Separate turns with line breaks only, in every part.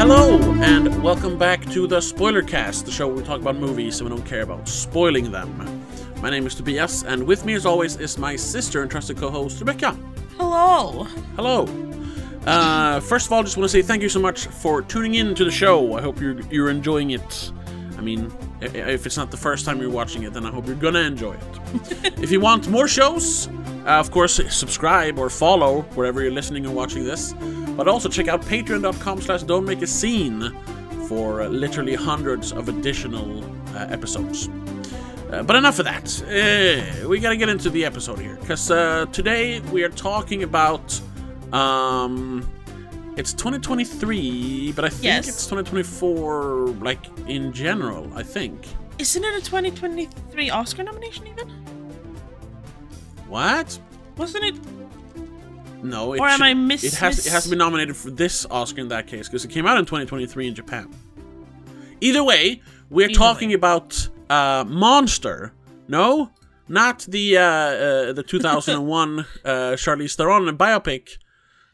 Hello, and welcome back to the Spoiler Cast, the show where we talk about movies and we don't care about spoiling them. My name is Tobias, and with me, as always, is my sister and trusted co host, Rebecca.
Hello.
Hello. Uh, first of all, just want to say thank you so much for tuning in to the show. I hope you're, you're enjoying it. I mean, i- i- if it's not the first time you're watching it, then I hope you're gonna enjoy it. if you want more shows, uh, of course, subscribe or follow wherever you're listening and watching this. But also check out patreon.com slash don't make a scene for uh, literally hundreds of additional uh, episodes. Uh, but enough of that. Eh, we gotta get into the episode here, because uh, today we are talking about. Um, it's 2023, but I think
Yes.
it's 2024, like in general. I think.
Isn't it a 2023 Oscar nomination even?
What?
Wasn't it?
No. It
Or am
should-
I miss-
It has. It has
miss-
to be nominated for this Oscar in that case, because it came out in 2023 in Japan. Either way, we're
Either
talking
way.
about uh, Monster. No, not the uh, uh, the 2001 uh, Charlize Theron biopic.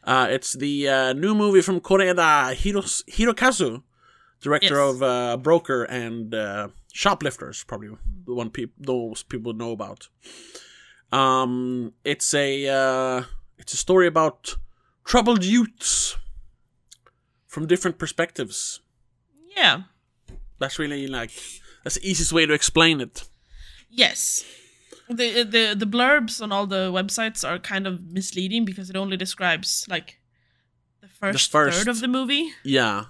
Uh, it's the uh, new movie from Koreeda Hiros- Hirokazu, director
Yes.
of uh, Broker and uh, Shoplifters, probably the one peop those people know about. Um, it's a uh, it's a story about troubled youths from different perspectives.
Yeah.
That's really like that's the easiest way to explain it.
Yes. The the the blurbs on all the websites are kind of misleading because it only describes like the first,
first.
third of the movie,
Yeah.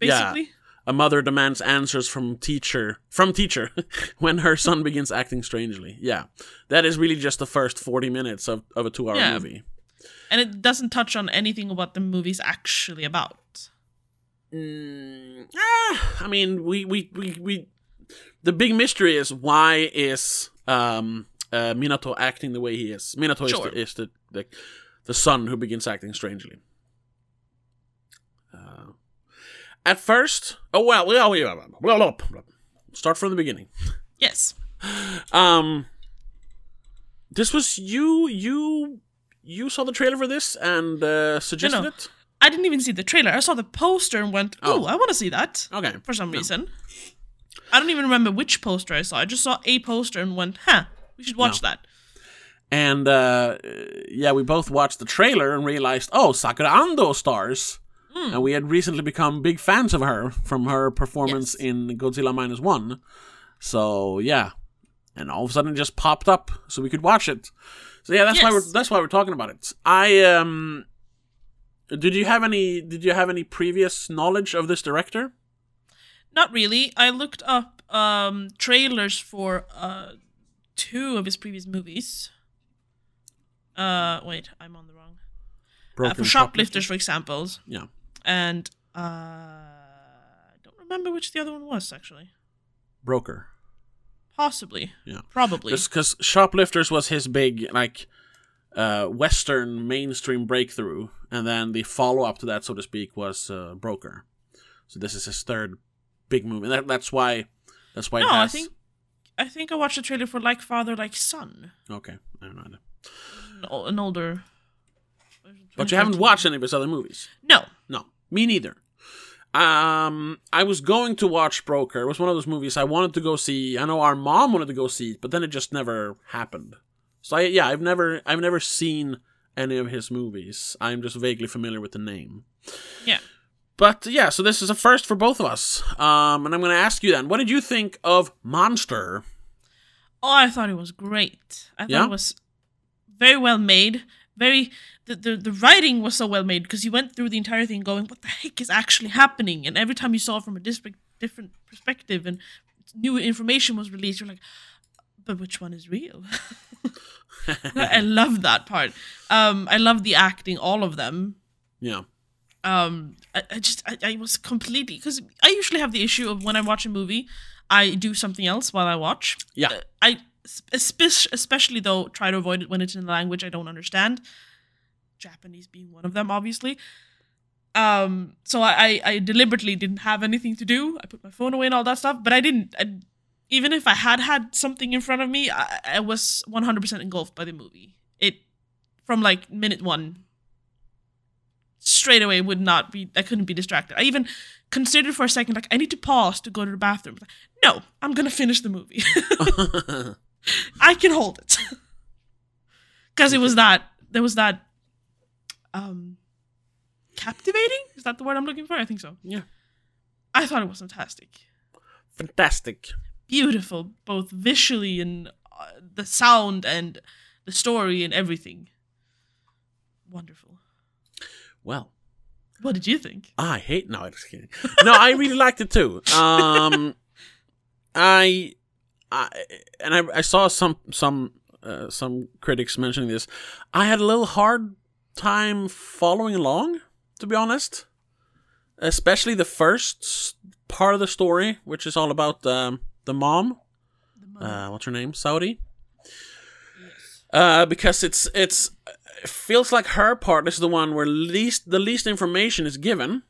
Yeah.
basically.
A mother demands answers from teacher from teacher when her son begins acting strangely. Yeah. That is really just the first 40 minutes of, of a 2-hour
Yeah.
movie.
And it doesn't touch on anything about the movie's actually about.
Mm, ah, I mean, we, we we we the big mystery is why is um uh, Minato acting the way he is. Minato
Sure.
is, the, is the, the the son who begins acting strangely. Uh, at first, oh well, well, well, well, well, well, well, start from the beginning.
Yes.
Um, this was you you you saw the trailer for this and uh, suggested
no.
it.
I didn't even see the trailer. I saw the poster and went, "Ooh,
Oh.
I want to see that."
Okay,
for some
No.
reason. I don't even remember which poster I saw. I just saw a poster and went, huh, we should watch that.
And uh, yeah, we both watched the trailer and realized, oh, Sakura Ando stars.
Hmm.
And we had recently become big fans of her from her performance
Yes.
in Godzilla Minus One. So yeah, and all of a sudden it just popped up, so we could watch it. So yeah, that's why
Yes.
we're that's why we're talking about it. I um, did you have any did you have any previous knowledge of this
Uh,
director?
Not really. I looked up um, trailers for uh, two of his previous movies. Uh, wait, I'm on the wrong. Uh, for Shoplifters, for example.
Yeah.
And uh, I don't remember which the other one was, actually.
Broker.
Possibly.
Yeah.
Probably.
because shoplifters was his big like uh, western mainstream breakthrough and then the follow-up to that so to speak was uh, broker so this is his third big movie that, that's why that's why
no,
it
I
has
think I think I watched a trailer for Like Father, Like Son.
okay I don't know.
An, o- an older.
but you haven't watched any of his other movies
No.
no me neither um i was going to watch broker it was one of those movies i wanted to go see i know our mom wanted to go see it but then it just never happened so I, yeah i've never i've never seen any of his movies i'm just vaguely familiar with the name
Yeah.
But yeah, so this is a first for both of us. Um, and I'm going to ask you then, what did you think of Monster?
Oh, I thought it was great. I thought
Yeah?
it was very well made. Very the, the the writing was so well made because you went through the entire thing going, what the heck is actually happening? And every time you saw it from a district, different perspective and new information was released, you're like, but which one is real? I love that part. Um, I love the acting, all of them.
Yeah,
um i, I just I, I was completely because i usually have the issue of when i watch a movie i do something else while i watch
Yeah.
Uh, i especially, especially though try to avoid it when it's in a language i don't understand japanese being one of them obviously um so I, I i deliberately didn't have anything to do i put my phone away and all that stuff but i didn't I, even if i had had something in front of me i, I was 100% engulfed by the movie it from like minute one straight away would not be i couldn't be distracted i even considered for a second, like, I need to pause to go to the bathroom. Like, no, I'm going to finish the movie. I can hold it. Because it was that, there was that um, captivating. Is that the word I'm looking for? I think so.
yeah.
I thought it was fantastic.
Fantastic.
Beautiful, both visually and uh, the sound and the story and everything. Wonderful.
Well,
What did you think?
I hate. No, I'm just kidding. No, I really liked it too. Um, I, I, and I, I saw some some uh, some critics mentioning this. I had a little hard time following along, to be honest. Especially the first s- part of the story, which is all about um, the mom. Uh, what's her name? Saudi. Uh, because it's it's it feels like her part is the one where least the least information is given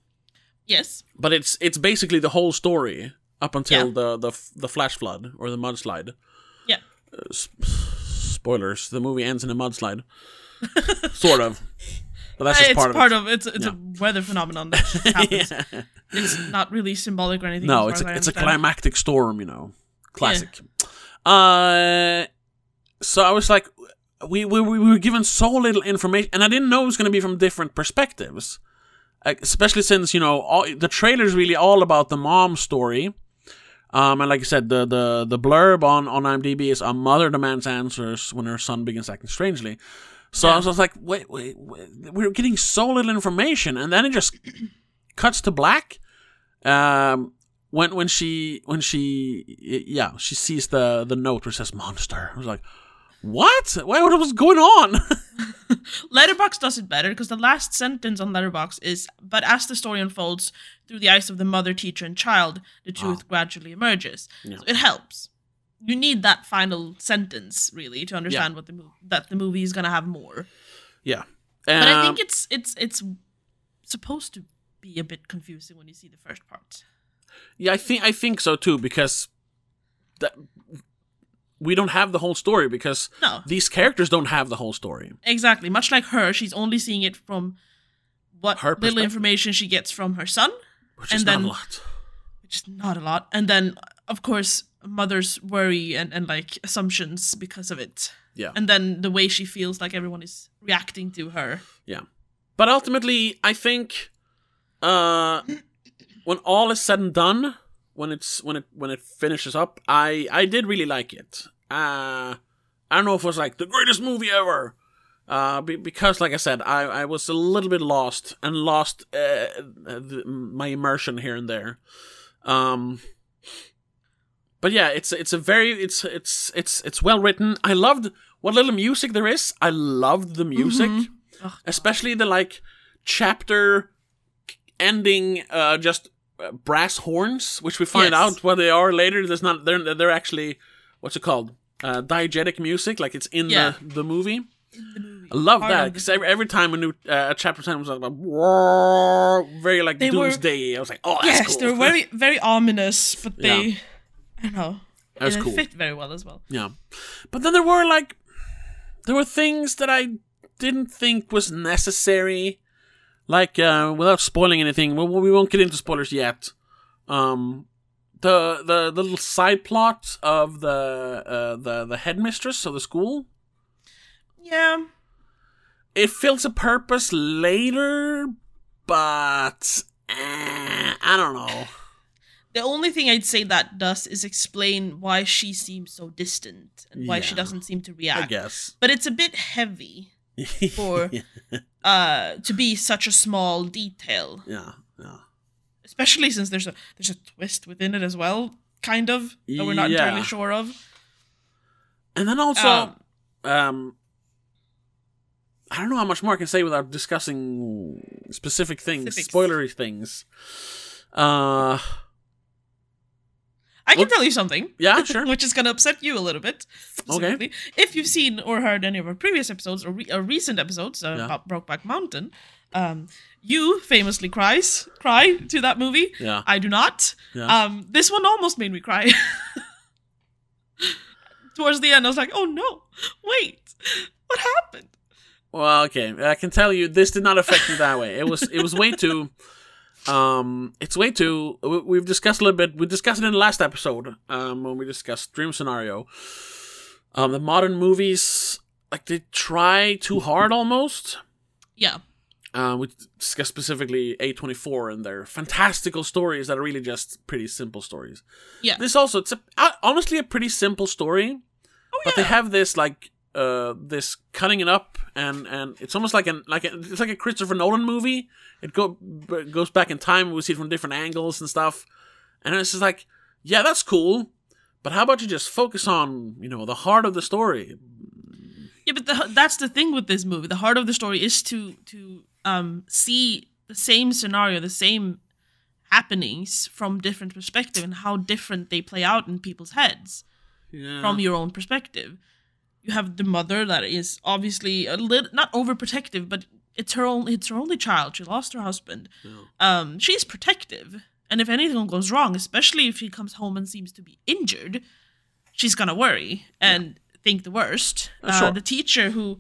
Yes.
but it's it's basically the whole story up until
Yeah.
the the f- the flash flood or the mudslide.
Yeah.
Uh, s- spoilers: the movie ends in a mudslide, sort of. But that's just
it's
part, of,
of, it's it's a weather phenomenon that just
it.
happens.
Yeah.
It's not really symbolic or anything.
No,
as
it's
far
a,
as I
it's a
understand.
climactic storm, you know, classic. Uh, so I was like, we, we we were given so little information, and I didn't know it was going to be from different perspectives. Like, especially since you know all, the trailer's really all about the mom story. Um, and like I said, the, the, the blurb on, on IMDb is a mother demands answers when her son begins acting strangely. So I was I was like, wait, wait, wait, we're getting so little information, and then it just cuts to black. Um, when when she when she y- yeah she sees the the note which says monster. I was like, what? Why? What was going on?
Letterbox does it better because the last sentence on Letterbox is, "But as the story unfolds through the eyes of the mother, teacher, and child, the
Ah.
truth gradually emerges." So it helps. You need that final sentence really to understand what the movie that the movie is gonna have more.
yeah,
But I
Um,
think it's it's it's supposed to be a bit confusing when you see the first part.
Yeah, I think I think so too because that we don't have the whole story because
No.
these characters don't have the whole story.
Exactly. Much like her, she's only seeing it from what
Her
little
perspective.
information she gets from her son,
Which
And
is
then-
not a lot.
which is not a lot. And then, of course, mother's worry and, and like assumptions because of it.
Yeah.
And then the way she feels like everyone is reacting to her.
Yeah. But ultimately, I think uh when all is said and done, when it's when it when it finishes up, I I did really like it. Uh I don't know if it was like the greatest movie ever. Uh, be- because, like I said, I, I was a little bit lost and lost uh, uh, the, my immersion here and there. Um, but yeah, it's it's a very it's it's it's it's well written. I loved what little music there is. I loved the music
Ugh.
especially the like chapter ending uh just uh, brass horns which we find
Yes.
out what they are later there's not they're they're actually what's it called uh diegetic music like it's in
Yeah.
the the movie
In the movie.
I love
Part
that
of the-
because every, every time a new uh, a chapter time was like very like
They were-
doomsday I was like oh that's
Yes,
cool.
they're very very ominous, but they I don't know.
That's
they
cool.
fit very well as well.
Yeah. But then there were like there were things that I didn't think was necessary. Like uh, without spoiling anything, we, we won't get into spoilers yet. Um the the, the little side plot of the uh, the the headmistress of the school
Yeah.
it fills a purpose later but eh, I don't know.
The only thing I'd say that does is explain why she seems so distant and why she
Yeah.
doesn't seem to
I
react.
guess.
But it's a bit heavy for uh to be such a small detail,
yeah, yeah.
especially since there's a there's a twist within it as well, kind of that we're not
Yeah.
entirely sure of.
And then also
Um,
um I don't know how much more I can say without discussing specific things,
Specifics.
spoilery things. Uh
I can
well-
tell you something.
Yeah, sure.
which is gonna upset you a little bit. specifically. If you've seen or heard any of our previous episodes or, re- or recent episodes uh,
Yeah.
about Brokeback Mountain, um, you famously cries cry to that movie.
yeah.
I do not.
Yeah.
Um, this one almost made me cry. Towards the end, I was like, "Oh no, wait, what happened?"
well, okay. I can tell you this did not affect me that way. It was it was way too Um, it's way too. we- We've discussed a little bit. We discussed it in the last episode um, when we discussed Dream Scenario. Um, the modern movies, like they try too hard almost.
Yeah.
Uh, we discussed specifically A24 and their fantastical stories that are really just pretty simple stories.
Yeah.
This also, it's a, uh, honestly a pretty simple story,
Oh
but they have this like uh this cutting it up and and it's almost like an like a, it's like a Christopher Nolan movie. It go b- goes back in time. We see it from different angles and stuff, and it's just like yeah, that's cool, but how about you just focus on you know the heart of the story?
Yeah, but the, that's the thing with this movie. The heart of the story is to to um, see the same scenario, the same happenings from different perspective, and how different they play out in people's heads
Yeah.
from your own perspective. You have the mother that is obviously a little not overprotective, but it's her only it's her only child. She lost her husband.
Yeah.
Um, she's protective, and if anything goes wrong, especially if she comes home and seems to be injured, she's gonna worry and think the worst.
Uh, sure.
The teacher who.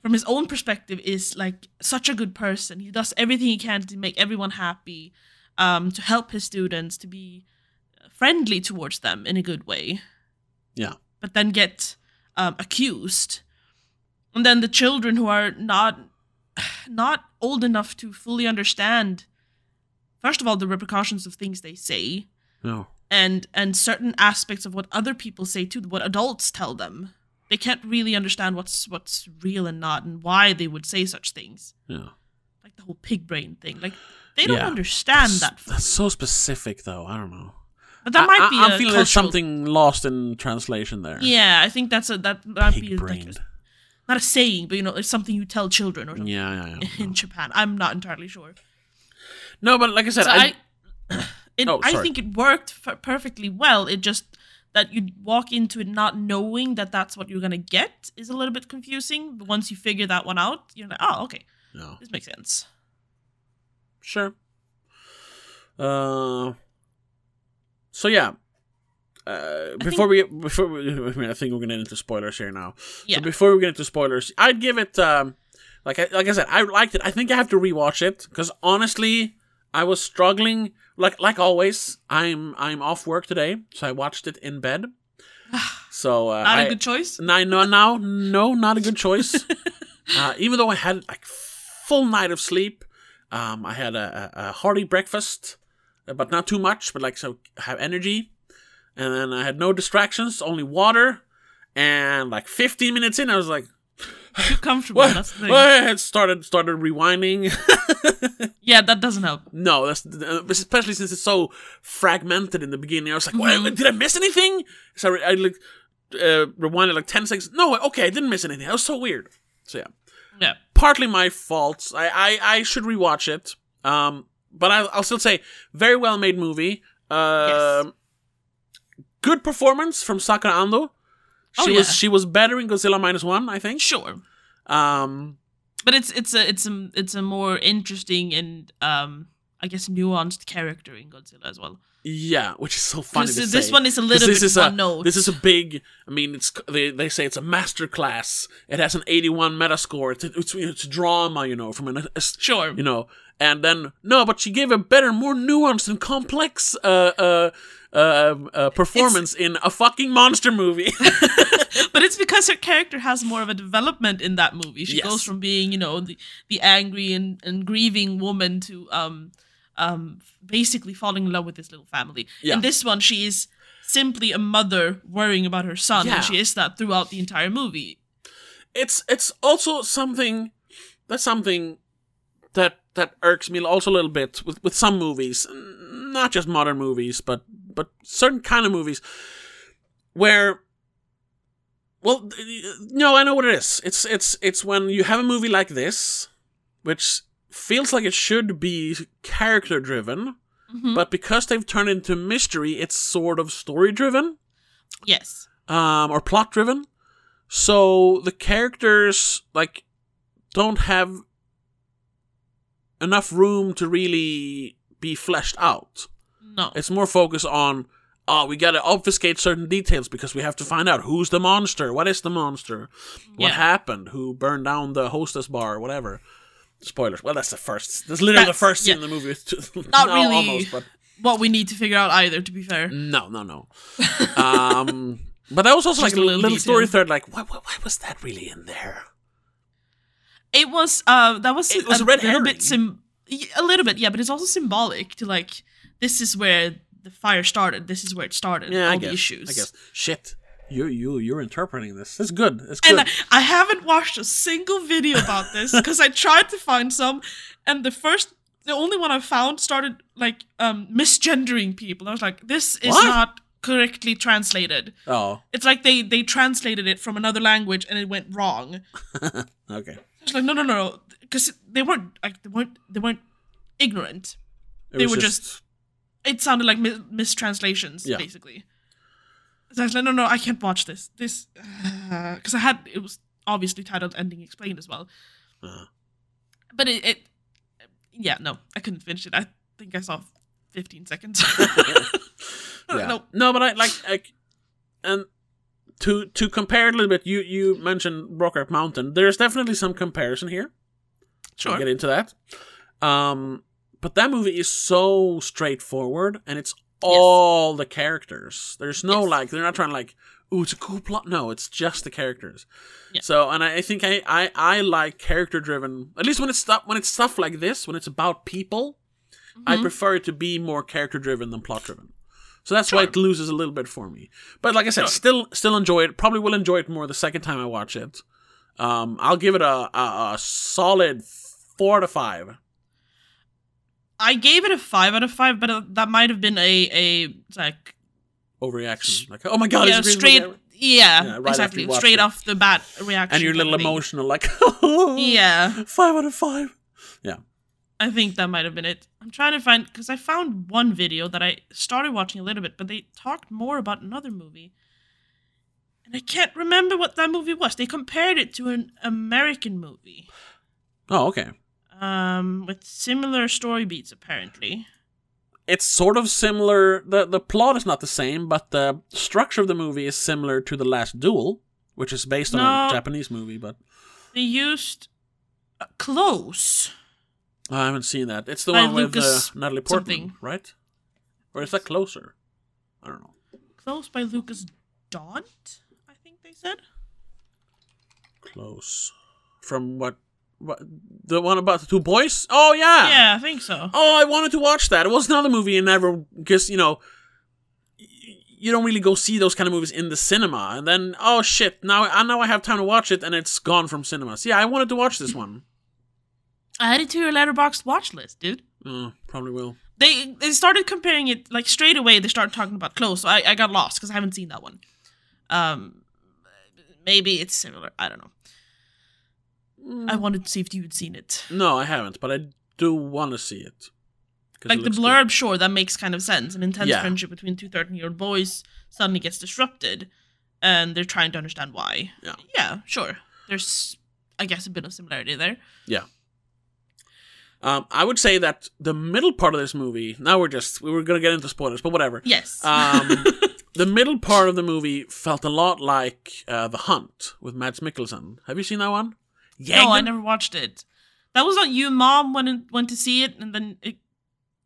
From his own perspective, is like such a good person. He does everything he can to make everyone happy, um, to help his students, to be friendly towards them in a good way
yeah.
but then get um, accused and then the children who are not not old enough to fully understand first of all the repercussions of things they say
No.
and and certain aspects of what other people say too what adults tell them they can't really understand what's what's real and not and why they would say such things
Yeah.
like the whole pig brain thing like they don't
Yeah.
understand that
That's so specific, though. I don't know.
but that
I-
might
I,
be
I'm feeling
a cultural,
there's something lost in translation there.
yeah i think that's a that might be
Pig
like,
brained.
not a saying but you know it's something you tell children or something
Yeah, yeah, yeah.
in Japan. I'm not entirely sure.
No, but like I said,
So
I,
I, it,
Oh,
I
sorry.
think it worked f- perfectly well. It just that you walk into it not knowing that that's what you're gonna get is a little bit confusing. But once you figure that one out, you're like, oh, okay,
no.
this makes sense.
Sure. Uh, so yeah. Uh, before we before we, I, mean, I think we're gonna get into spoilers here now.
Yeah.
So before we get into spoilers, I'd give it um, like I, like I said, I liked it. I think I have to rewatch it because honestly, I was struggling. Like like always, I'm I'm off work today, so I watched it in bed. So uh,
Not a
I-
good choice.
no, no, no, no, not a good choice. uh, even though I had like full night of sleep, um, I had a, a, a hearty breakfast, uh, but not too much, but like so have energy, and then I had no distractions, only water, and like 15 minutes in, I was like,
Too comfortable.
what?
That's the thing.
what? Started started rewinding.
Yeah, that doesn't help.
No, that's uh, especially since it's so fragmented in the beginning. I was like,
Mhm.
"Wait, did I miss anything?" So I, re- I like uh, rewinded like ten seconds. No, okay, I didn't miss anything. That was so weird. So yeah,
Yeah.
partly my fault. I I, I should rewatch it. Um, but I, I'll still say very well made movie. Um, good performance from Sakura Ando. She
Oh,
was
yeah.
she was better in Godzilla minus one, I think.
Sure.
Um,
But it's it's a it's a it's a more interesting and um I guess nuanced character in Godzilla as well.
yeah, which is so funny.
This,
to
this
say.
one is a
'Cause
little bit
is
one
a,
note.
This is a big. I mean, it's they, they say it's a master class. It has an 81 Metascore. It's it's, it's drama, you know, from an
sure.
you know, and then no, but she gave a better, more nuanced and complex uh uh uh, uh performance in a fucking monster movie.
But it's because her character has more of a development in that movie. She
Yes.
goes from being, you know, the, the angry and, and grieving woman to um um basically falling in love with this little family.
Yeah.
In this one, she is simply a mother worrying about her son,
Yeah.
and she is that throughout the entire movie.
it's it's also something that's something that that irks me also a little bit with with some movies n- not just modern movies but but certain kind of movies where well th- no i know what it is it's it's it's when you have a movie like this which feels like it should be character driven
Mhm.
but because they've turned into mystery it's sort of story driven
Yes.
um, or plot driven. So the characters like don't have enough room to really be fleshed out.
No.
It's more focused on oh, we gotta obfuscate certain details because we have to find out who's the monster, what is the monster, what
Yeah.
happened, who burned down the hostess bar, whatever. Spoilers. Well, that's the first. That's literally
That's-
the first scene
yeah.
in the movie. It's
Not
no,
really.
Almost, but
What we need to figure out either, to be fair.
no, no, no. Um, but that was also
Just
like a
a
little,
little
story
detail.
third. Like, why, why, why was that really in there?
It was uh that was,
It was
a,
a red
little
herring.
bit sim y- a little bit, yeah, but it's also symbolic to like this is where the fire started, this is where it started,
Yeah,
all
I
the
guess.
issues.
I guess. Shit, you you you're interpreting this. That's good. That's good.
And I, I haven't watched a single video about this because I tried to find some, and the first, the only one I found started like um, misgendering people. I was like, this is
What?
not correctly translated.
oh,
It's like they they translated it from another language and it went wrong.
okay.
I was like, no, no, no, because they weren't like they weren't they weren't ignorant.
It
They
was
were It sounded like mi- mistranslations,
Yeah.
basically. So I was like, no, no, I can't watch this. This because I had it was obviously titled "Ending Explained" as well.
Uh-huh.
But it, it, yeah, no, I couldn't finish it. I think I saw fifteen seconds.
Yeah.
No,
No, but I like, like and to to compare it a little bit, you you mentioned Brokeback Mountain. There's definitely some comparison here. We'll
sure.
get into that. Um, but that movie is so straightforward, and it's all the characters. There's no
Yes.
like they're not trying to like, ooh, it's a cool plot. No, it's just the characters.
Yeah.
So, and I, I think I, I I like character driven. At least when it's stuff when it's stuff like this, when it's about people, I
Mhm.
prefer it to be more character driven than plot driven. So that's why
Sure.
it loses a little bit for me. But like I said,
Sure.
still still enjoy it. Probably will enjoy it more the second time I watch it. Um, I'll give it a, a, a solid four to five.
I gave it a five out of five, but uh, that might have been a a like
Overreaction, like oh my god,
yeah
it's Green
straight
Lantern.
yeah,
Yeah, right after
exactly
you watch
straight
it.
off the bat reaction
and you're a little
type of thing.
emotional, like
Yeah.
five out of five.
I think that might have been it. I'm trying to find because I found one video that I started watching a little bit, but they talked more about another movie, and I can't remember what that movie was. They compared it to an American movie
Oh, okay.
um, with similar story beats, apparently.
It's sort of similar. the The plot is not the same, but the structure of the movie is similar to the Last Duel, which is based on a
No.
Japanese movie. But
They used uh, close.
I haven't seen that. It's the
By
one with uh,
Lucas
Natalie Portman,
something.
right? Or is that closer? I don't know.
Close by Lucas Daunt, I think they said.
Close. From what? What the one about the two boys? Oh yeah.
Yeah, I think so.
Oh, I wanted to watch that. It was another movie, and never because you know. y- You don't really go see those kind of movies in the cinema, and then oh shit! Now I now I have time to watch it, and it's gone from cinemas. Yeah, I wanted to watch this one.
I added to your letterbox watch list, dude.
Uh, probably will.
they they started comparing it like straight away they started talking about clothes so i, I got lost because i haven't seen that one um maybe it's similar i don't know i wanted to see if you'd seen it
No, I haven't, but I do want to see it. 'Cause
like
it
the
looks good.
blurb sure that makes kind of sense an intense
Yeah.
friendship between two 13 year old boys suddenly gets disrupted and they're trying to understand why
Yeah.
yeah sure there's i guess a bit of similarity there
Yeah. Um, I would say that the middle part of this movie. Now we're just we were gonna get into spoilers, but whatever.
yes
Um, the middle part of the movie felt a lot like uh, The Hunt with Mads Mikkelsen. Have you seen that one? Yeah.
No, I never watched it. That was not you, mom, when it went to see it, and then it,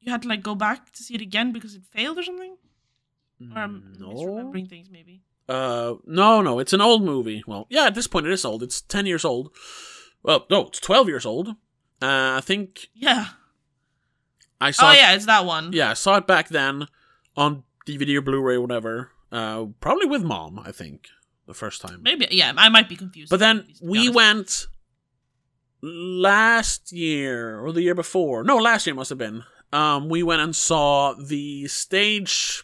you had to like go back to see it again because it failed or something. Or I'm
Mm, no.
misremembering things, maybe.
Uh, no, no. It's an old movie. Well, yeah. At this point, it is old. It's ten years old. Well, no, it's twelve years old. Uh, I think
Yeah.
I saw.
oh
it-
yeah, it's that one.
yeah, I saw it back then on DVD or Blu-ray, whatever. Uh, probably with mom. I think the first time.
Maybe. Yeah, I might be confused.
But then
To be
we
honest.
went last year or the year before. No, last year must have been. Um, we went and saw the stage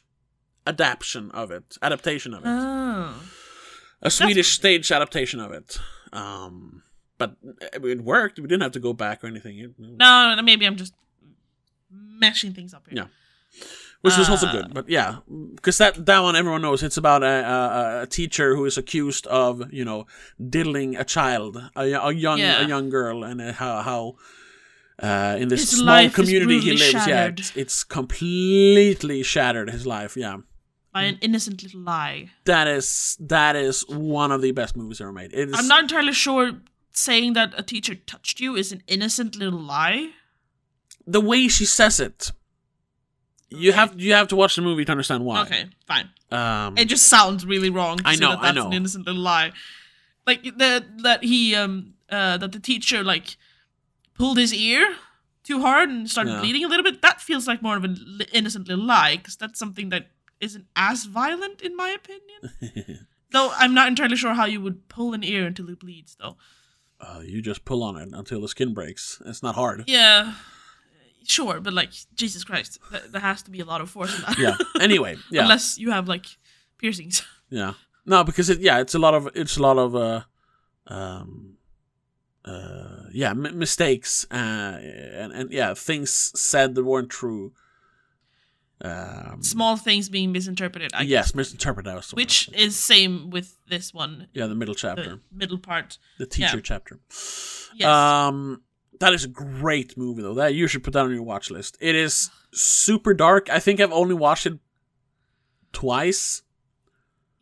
adaptation of it, adaptation of it,
Oh.
a Swedish stage adaptation of it. Um, but it worked. We didn't have to go back or anything, It-
No, no, no, maybe I'm just mashing things up here.
Yeah. which was also
uh,
good. But yeah, because that that one everyone knows. It's about a, a a teacher who is accused of you know diddling a child, a, y- a young
Yeah.
a young girl, and uh, how how uh, in this
His
small
life is
community he
brutally
lives. Yeah,
shattered.
it's, it's completely shattered his life. Yeah,
By an innocent little lie.
that is that is one of the best movies ever made. It is
I'm not entirely sure saying that a teacher touched you is an innocent little lie.
The way she says it, you
Okay.
have you have to watch the movie to understand why.
Okay, fine.
Um,
It just sounds really wrong. To
I
say
know,
that
I
that's
know.
An innocent little lie, like that that he um uh that the teacher like pulled his ear too hard and started
Yeah.
bleeding a little bit. That feels like more of an li- innocent little lie because that's something that isn't as violent in my opinion. Though I'm not entirely sure how you would pull an ear until it bleeds, though.
uh, you just pull on it until the skin breaks. It's not hard.
Yeah, sure, but like Jesus Christ, th- there has to be a lot of force in that.
Yeah. Anyway, yeah,
Unless you have like piercings.
yeah. No, because it yeah, it's a lot of it's a lot of uh, um, uh, yeah, m- mistakes uh, and and yeah, things said that weren't true. Um,
Small things being misinterpreted. I
yes, misinterpreted. I was sorry.
which is same with this one
yeah, the middle
the
chapter,
middle part
the teacher
yeah.
chapter.
yes
Um, that is a great movie though. That you should put that on your watch list. It is super dark. I think I've only watched it twice.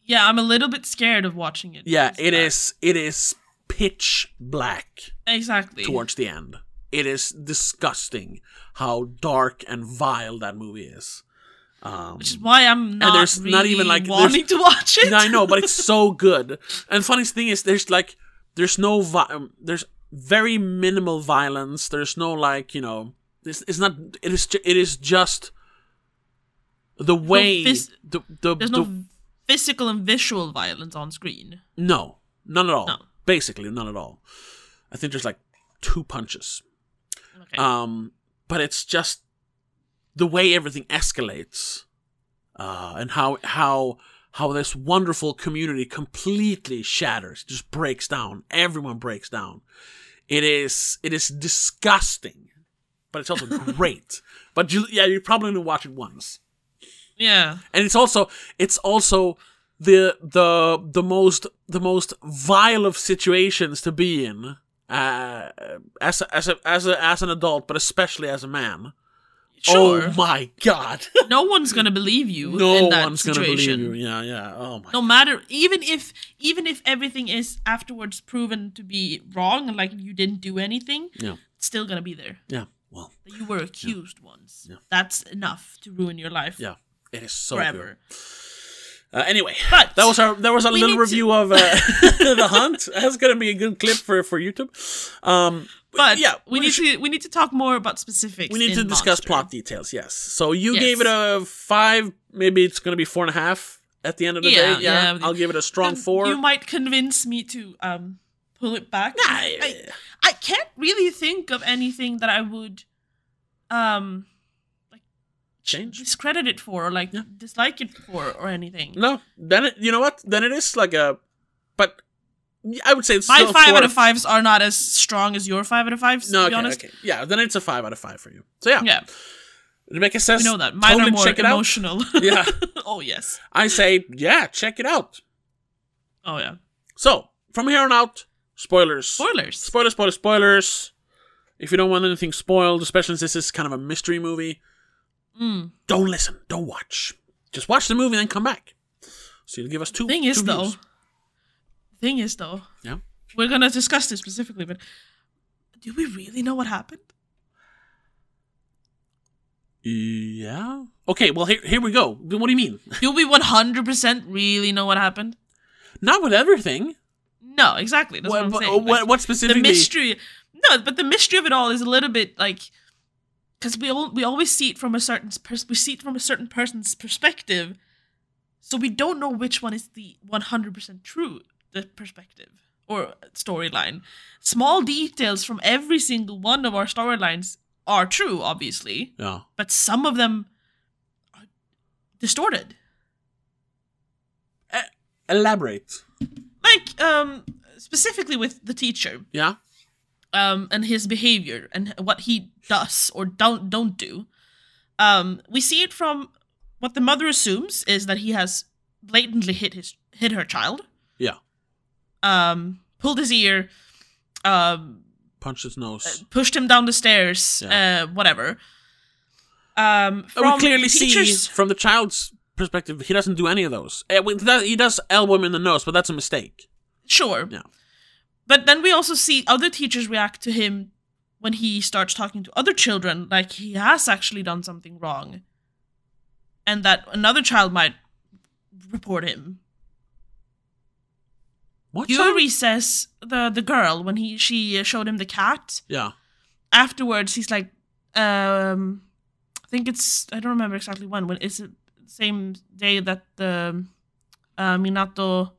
yeah i'm a little bit scared of watching it
Yeah,
because of
it
that.
is. It is pitch black
exactly
towards the end. It is disgusting how dark and vile that movie is. Um,
which is why i'm not
there's
really
not even, like, there's-
wanting to watch it
Yeah, I know, but it's so good. And funniest thing is, there's like, there's no, vi- um, there's very minimal violence. There's no like, you know, it's, it's not. It is. Ju- it is just the way
phys-
the the
there's
the-
no physical and visual violence on screen
no none at all.
No.
Basically, none at all. I think there's like two punches.
okay
Um, but it's just the way everything escalates, uh, and how how how this wonderful community completely shatters, just breaks down. Everyone breaks down. It is it is disgusting, but it's also great. But you, yeah, you probably only watch it once,
yeah
and it's also it's also the the the most the most vile of situations to be in uh, as a, as a, as a, as an adult, but especially as a man.
sure
Oh my god!
no one's gonna believe you
no
in that
one's gonna
situation
believe you. Yeah, yeah. Oh my.
no matter even if even if everything is afterwards proven to be wrong and like you didn't do anything
Yeah,
it's still gonna be there
yeah. Well,
that you were accused once.
Yeah.
That's enough to ruin your life
yeah. It is so good.
forever.
Uh, anyway,
But
that was our that was a
We
little
need to-
review of uh, the hunt. That's gonna be a good clip for for YouTube. Um,
but
yeah,
we need to we need to talk more about specifics.
we need
in
to discuss
Monster.
plot details. Yes. So you
Yes.
gave it a five. Maybe it's gonna be four and a half at the end of the
Yeah,
day. Yeah,
yeah.
I'll give it a strong
And
four.
You might convince me to um pull it back. I, I can't really think of anything that I would um like
Change.
discredit it for or like
Yeah.
dislike it for or anything.
No, then it, you know what? Then it is like a, but I would say it's
My
still a
five
four
out of fives are not as strong as your five out of fives.
No,
to
okay,
be honest.
okay. Yeah, then it's a five out of five for you. So yeah,
Yeah,
it makes sense.
we know that. Mine
totally
are more
check it out.
emotional.
yeah,
oh yes.
I say yeah, check it out.
Oh yeah.
So from here on out, spoilers,
Spoilers.
spoilers, spoilers, spoilers. If you don't want anything spoiled, especially since this is kind of a mystery movie,
Mm.
don't listen, don't watch. Just watch the movie and then come back. So you'll give us two.
Thing is
two
though,
views.
thing is though,
yeah.
we're gonna discuss this specifically, but do we really know what happened?
Yeah. Okay. Well, here, here we go. What do you mean?
Do we one hundred percent really know what happened?
Not with everything.
No, exactly. That's what,
What,
I'm
what,
saying. Like,
what, what
the
specifically?
mystery, no, but the mystery of it all is a little bit like because we all, we always see it from a certain pers- we see it from a certain person's perspective, so we don't know which one is the one hundred percent true the perspective or storyline. Small details from every single one of our storylines are true, obviously.
Yeah.
but some of them are distorted.
Elaborate.
Like um specifically with the teacher
Yeah.
um and his behavior and what he does or don't don't do. Um we see it from what the mother assumes is that he has blatantly hit his hit her child.
Yeah.
Um pulled his ear um
Punch his nose.
pushed him down the stairs uh whatever. Um
Uh, we
from
clearly
the teacher's-
see from the child's perspective, he doesn't do any of those. Uh, we- that- He does elbow him in the nose, but that's a mistake.
Sure.
Yeah.
But then we also see other teachers react to him when he starts talking to other children, like he has actually done something wrong. And that another child might report him.
What? sorry?
Yuri says the the girl when he she showed him the cat.
Yeah.
Afterwards, he's like, um, I think it's I don't remember exactly when. When is it? Same day that the uh, Minato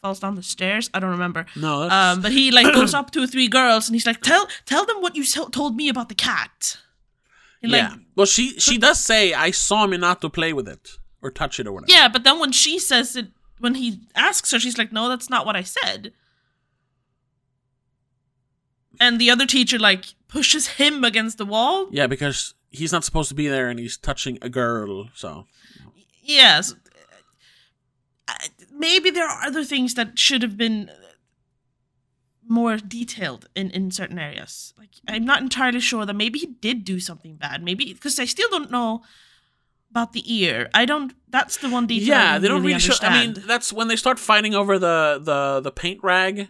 falls down the stairs. I don't remember.
No, that's.
Um, but he like goes up to three girls and he's like, "Tell tell them what you so- told me about the cat." He, like,
yeah. Well, she she does say I saw Minato play with it or touch it or whatever.
yeah. But then when she says it, when he asks her, she's like, "No, that's not what I said." And the other teacher like pushes him against the wall.
Yeah, because he's not supposed to be there and he's touching a girl. So
Yes. Uh, Maybe there are other things that should have been more detailed in, in certain areas. Like I'm not entirely sure that maybe he did do something bad. Maybe because I still don't know about the ear. I don't. That's the one detail. I
yeah,
don't
they don't really. show, I
understand.
mean, that's when they start fighting over the the the paint rag.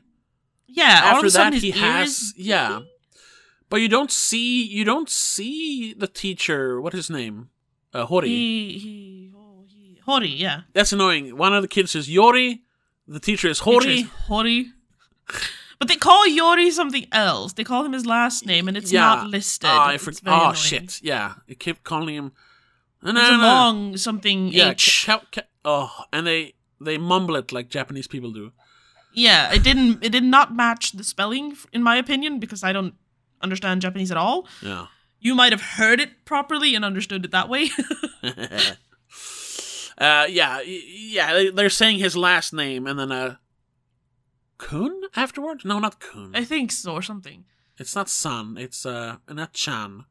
yeah. all of
After
a sudden
that,
his
he
ear
has
is-
yeah, but you don't see you don't see the teacher. What is his name? Uh, Hori.
He he oh, he Hori. Yeah.
that's annoying. One of the kids is Yori. The teacher is
Picture
Hori.
is Hori. But they call Yori something else. They call him his last name, and it's not listed.
Oh, I
It's
forg-
very
oh
annoying.
shit. Yeah, I kept calling him. No,
It's
no,
a
no.
long something
Yeah.
H.
ca- ca- oh, and they they mumble it like Japanese people do.
yeah, it didn't. It did not match the spelling, f- in my opinion, because I don't understand Japanese at all.
Yeah.
You might have heard it properly and understood it that way.
uh, yeah, y- yeah. they- They're saying his last name and then uh, Kun afterward. No, not Kun.
I think so, or something.
It's not San. It's uh, not Chan.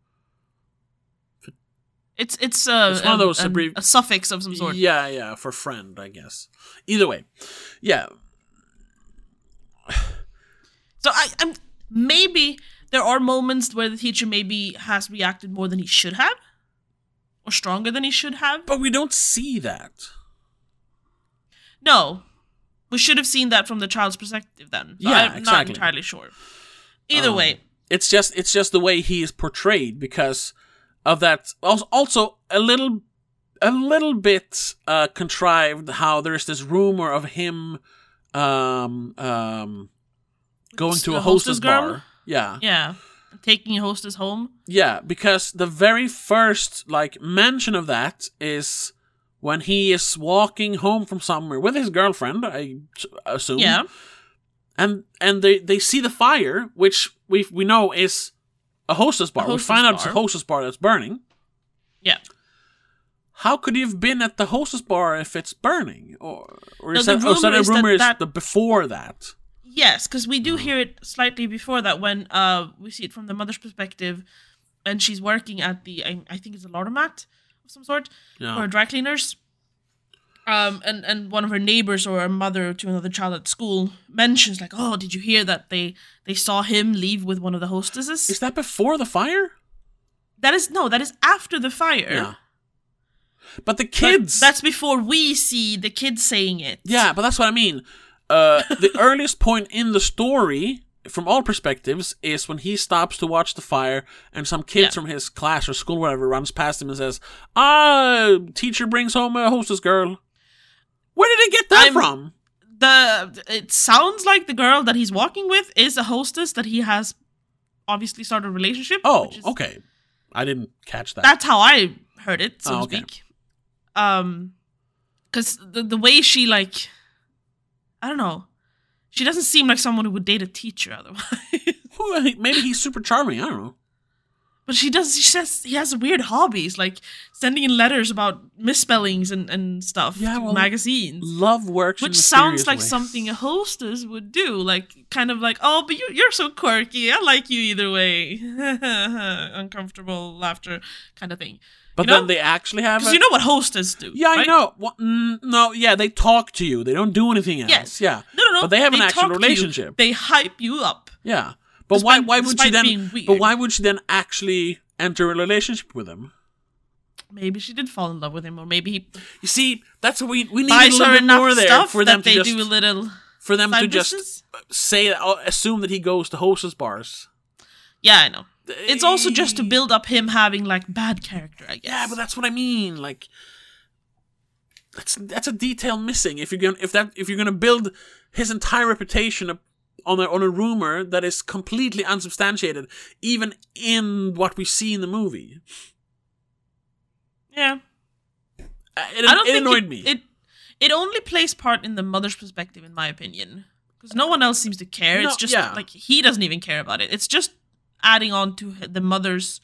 It's it's, uh,
It's one of those
an-
abbrevi-
a suffix of some sort.
Yeah, yeah, for friend, I guess. Either way, yeah,
So I, I'm maybe there are moments where the teacher maybe has reacted more than he should have, or stronger than he should have.
but we don't see that.
No, we should have seen that from the child's perspective then. So
Yeah,
I'm not
exactly.
entirely sure. Either
Um,
way,
It's just, it's just the way he is portrayed because of that. Also, also a little, a little bit uh, contrived how there's this rumor of him um, um, going to
the
a hostess,
hostess girl?
bar. Yeah,
yeah, taking a hostess home.
Yeah, because the very first like mention of that is when he is walking home from somewhere with his girlfriend, I s- assume.
Yeah,
And and they they see the fire, which we we know is a hostess bar.
hostess
we find out it's a
bar.
hostess bar that's burning.
yeah.
How could he have been at the hostess bar if it's burning? Or or
No,
is
the
that, or is that
rumor
a
is that
rumor is
that-
the before that?
Yes, because we do hear it slightly before that when uh we see it from the mother's perspective, and she's working at the I, I think it's a laundromat of some sort
Yeah.
or dry cleaners. Um, and and one of her neighbors or a mother to another child at school mentions like, oh, did you hear that they they saw him leave with one of the hostesses?
Is that before the fire?
that is no, that is after the fire.
Yeah. But the
But
kids
that's before we see the kids saying it.
Yeah, but that's what I mean. Uh, the earliest point in the story, from all perspectives, is when he stops to watch the fire, and some kid
Yeah.
from his class or school, whatever, runs past him and says, "Ah, teacher brings home a hostess girl." Where did he get that
I'm-
from?
the it sounds like the girl that he's walking with is a hostess that he has obviously started a relationship.
Oh,
which is-
okay. I didn't catch that.
That's how I heard it, so
Oh,
to
okay.
speak. Um, because the the way she like, I don't know, she doesn't seem like someone who would date a teacher otherwise.
Who- uh, Maybe he's super charming. I don't know.
But she does. She says he has weird hobbies, like sending in letters about misspellings and, and stuff
Yeah,
to
well,
magazines.
Love works, in
which sounds
mysterious
like
ways.
something a hostess would do like kind of like oh but you, you're so quirky i like you either way uncomfortable laughter kind of thing
But
you know?
then they actually have.
because
A,
you know what hostess do
yeah, I
right?
know. Well, mm, no, yeah, they talk to you. They don't do anything else.
Yes.
Yeah.
no no no
But they have an actual
talk to you.
relationship.
they hype you up
Yeah, but why?
Despite-
Why would she
despite
then?
being weird.
But why would she then actually enter a relationship with him?
maybe she did fall in love with him or maybe he
You see, that's what we we need a
buys
little
her
bit more
enough
there
stuff
for
that
them to
they
just.
do a little
for them
Side
to just
business?
say uh, assume that he goes to hostess bars.
Yeah, I know. It's also just to build up him having like bad character, I guess.
Yeah, but that's what I mean. Like, that's that's a detail missing. If you're gonna if that if you're gonna build his entire reputation up on a on a rumor that is completely unsubstantiated, even in what we see in the movie,
yeah.
Uh, it,
I don't
it
think
annoyed
it,
me.
It it only plays part in the mother's perspective, in my opinion, because no one else seems to care.
No,
it's just
yeah.
like he doesn't even care about it. It's just adding on to h- the mother's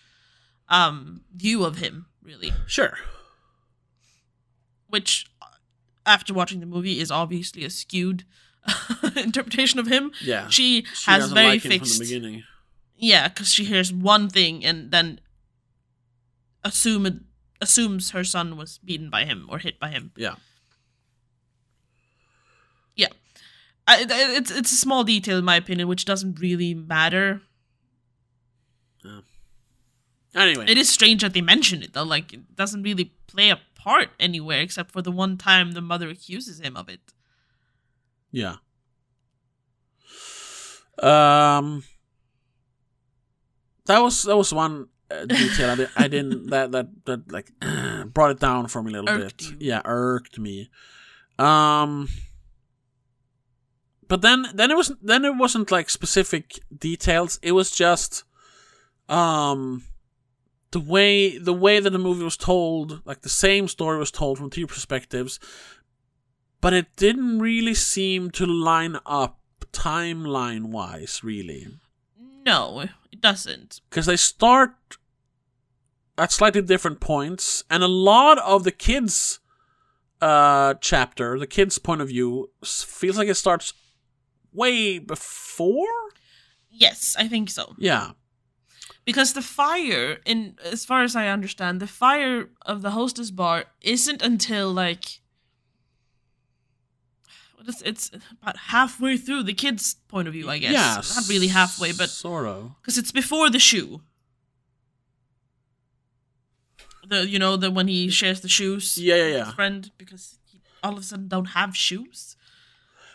um view of him, really,
sure.
which uh, after watching the movie is obviously a skewed interpretation of him.
Yeah.
She,
She
has
doesn't
very
like him
fixed.
from the beginning.
Yeah, because she hears one thing and then assume assumes her son was beaten by him or hit by him.
Yeah.
Yeah, I, it- it's it's a small detail in my opinion, which doesn't really matter.
Anyway.
It is strange that they mention it though; like it doesn't really play a part anywhere except for the one time the mother accuses him of it.
Yeah. Um. That was that was one uh, detail I, di- I didn't that that that like brought it down for me a little
Irked
bit.
you.
Yeah, irked me. Um. But then then it was then it wasn't like specific details. It was just, um. The way the way that the movie was told, like the same story was told from two perspectives, but it didn't really seem to line up timeline wise really
No, it doesn't.
because they start at slightly different points and a lot of the kids uh chapter the kids point of view s- feels like it starts way before
Yes, I think so.
yeah
because the fire in as far as i understand the fire of the hostess bar isn't until like what is, it's about halfway through the kid's point of view i guess
yeah
not really halfway but
sort of
because it's before the shoe the you know the when he shares the shoes
Yeah, yeah,
with his
yeah.
friend because he all of a sudden don't have shoes